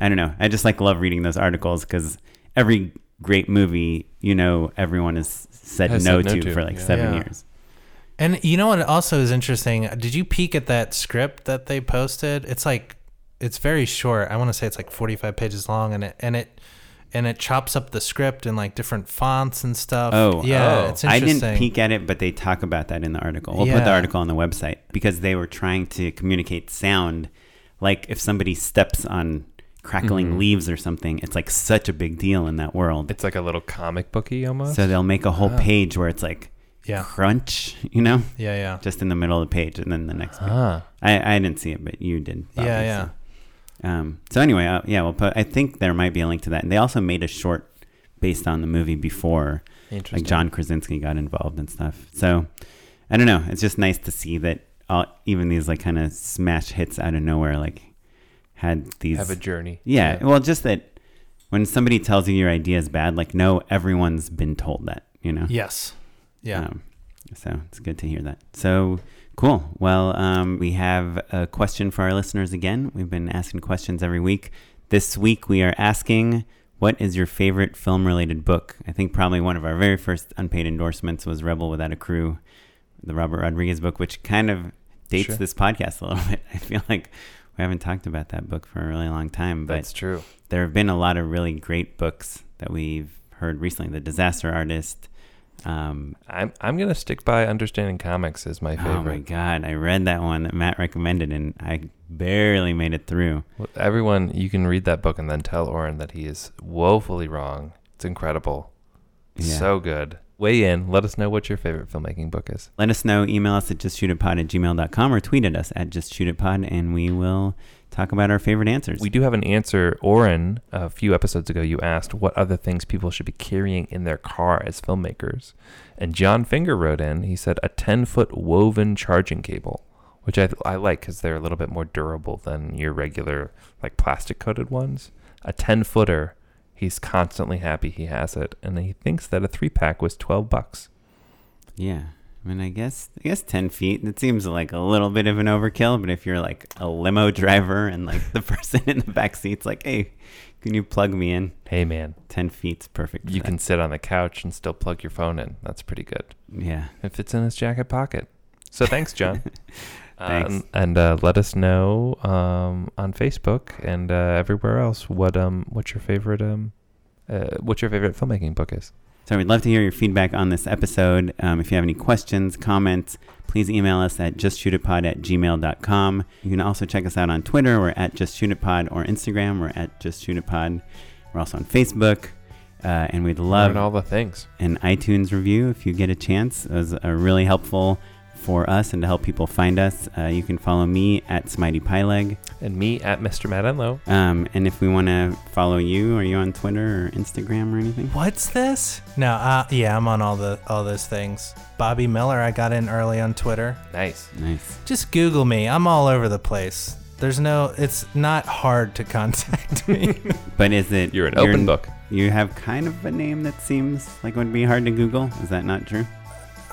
S2: I don't know. I just like love reading those articles because every great movie, you know, everyone has said,
S1: Has
S2: no,
S1: said no
S2: to,
S1: to,
S2: for like
S1: yeah.
S2: seven
S3: Yeah.
S2: years.
S3: And you know what also is interesting? Did you peek at that script that they posted? It's like it's very short. I want to say it's like 45 pages long and it and it and it chops up the script in like different fonts and stuff.
S2: Oh,
S3: yeah,
S1: oh.
S3: it's
S2: I
S3: interesting.
S2: didn't peek at it, but they talk about that in the article. We'll put the
S3: Yeah.
S2: article on the website because they were trying to communicate sound. Like if somebody steps on crackling
S3: Mm-hmm.
S2: leaves or something, it's like such a big deal in that world.
S1: It's like a little comic booky almost.
S2: So they'll make a whole
S1: Ah.
S2: page where it's like
S3: Yeah.
S2: crunch, you know,
S3: Yeah, yeah.
S2: just in the middle of the page, and then the next. page.
S1: Huh.
S2: I I didn't see it, but you did. Bobby,
S3: Uh-huh. Yeah, yeah.
S2: So. Um. So anyway, uh, yeah. Well, put, I think there might be a link to that, and they also made a short based on the movie before
S1: Interesting.
S2: like John Krasinski got involved and stuff. So I don't know. It's just nice to see that all, even these like kind of smash hits out of nowhere like had these.
S1: Have a journey.
S2: yeah, Well, just that when somebody tells you your idea is bad, like no, everyone's been told that. You know.
S3: Yes. Yeah.
S2: Um, so it's good to hear that. So cool. Well, um, we have a question for our listeners again. We've been asking questions every week. This week we are asking, what is your favorite film related book? I think probably one of our very first unpaid endorsements was Rebel Without a Crew, the Robert Rodriguez book, which kind of dates
S1: Sure.
S2: this podcast a little bit. I feel like we haven't talked about that book for a really long time, but
S1: That's true.
S2: there have been a lot of really great books that we've heard recently. The Disaster Artist. Um,
S1: I'm I'm gonna stick by understanding comics as my
S2: Oh my
S1: favorite.
S2: god, I read that one that Matt recommended and I barely made it through.
S1: Well, Everyone, you can read that book and then tell Oren that he is woefully wrong. It's incredible.
S2: Yeah.
S1: So good. Weigh in. Let us know what your favorite filmmaking book is.
S2: Let us know, email us at justshootitpod at gmail.com or tweet at us at justshootitpod and we will talk about our favorite answers.
S1: We do have an answer. Oren, a few episodes ago, you asked what other things people should be carrying in their car as filmmakers. And John Finger wrote in, he said, a 10 foot woven charging cable, which I, I like because they're a little bit more durable than your regular, like plastic coated ones. A 10 footer, he's constantly happy he has it. And he thinks that a three pack was 12 bucks.
S2: yeah. I mean I guess I guess ten feet, it seems like a little bit of an overkill, but if you're like a limo driver and like the person in the back seat's like, Hey, can you plug me in?
S1: Hey, man,
S2: Ten feet's perfect. for
S1: you
S2: that.
S1: can sit on the couch and still plug your phone in. That's pretty good.
S2: Yeah.
S1: It fits in his jacket pocket. So thanks, John.
S2: Thanks.
S1: Um, and uh, let us know um, on Facebook and uh, everywhere else what um what your favorite um uh, what your favorite filmmaking book is.
S2: So we'd love to hear your feedback on this episode. Um, if you have any questions, comments, please email us at justshootitpod at gmail.com. You can also check us out on Twitter. We're at justshootitpod or Instagram. We're at justshootitpod. We're also on Facebook. Uh, and we'd
S1: Learn
S2: love
S1: all the things.
S2: an iTunes review if you get a chance. Those are really helpful for us and to help people find us. Uh, you can follow me at Smitey Pyleg.
S1: And me at Mr. Matt Enlow.
S2: Um, and if we want to follow you, are you on Twitter or Instagram or anything?
S3: What's this? No, uh, yeah, I'm on all the all those things. Bobby Miller, I got in early on Twitter.
S1: Nice.
S2: Nice.
S3: Just Google me. I'm all over the place. There's no. It's not hard to contact me.
S2: But is it
S1: You're an open book.
S2: You have kind of a name that seems like it would be hard to Google. Is that not true?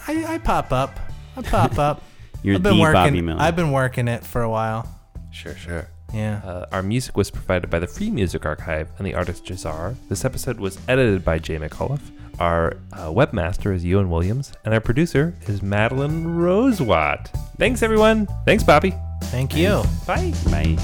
S3: I, I pop up. I pop up.
S2: You're
S3: I've been
S2: the
S3: working.
S2: Bobby Miller.
S3: I've been working it for a while.
S1: Sure, sure.
S3: Yeah.
S1: Uh, our music was provided by the Free Music Archive and the artist Jazar. This episode was edited by Jay McAuliffe. Our uh, webmaster is Ewan Williams, and our producer is Madeline Rosewatt. Thanks, everyone. Thanks, Bobby.
S3: Thank you.
S1: Bye.
S2: Bye.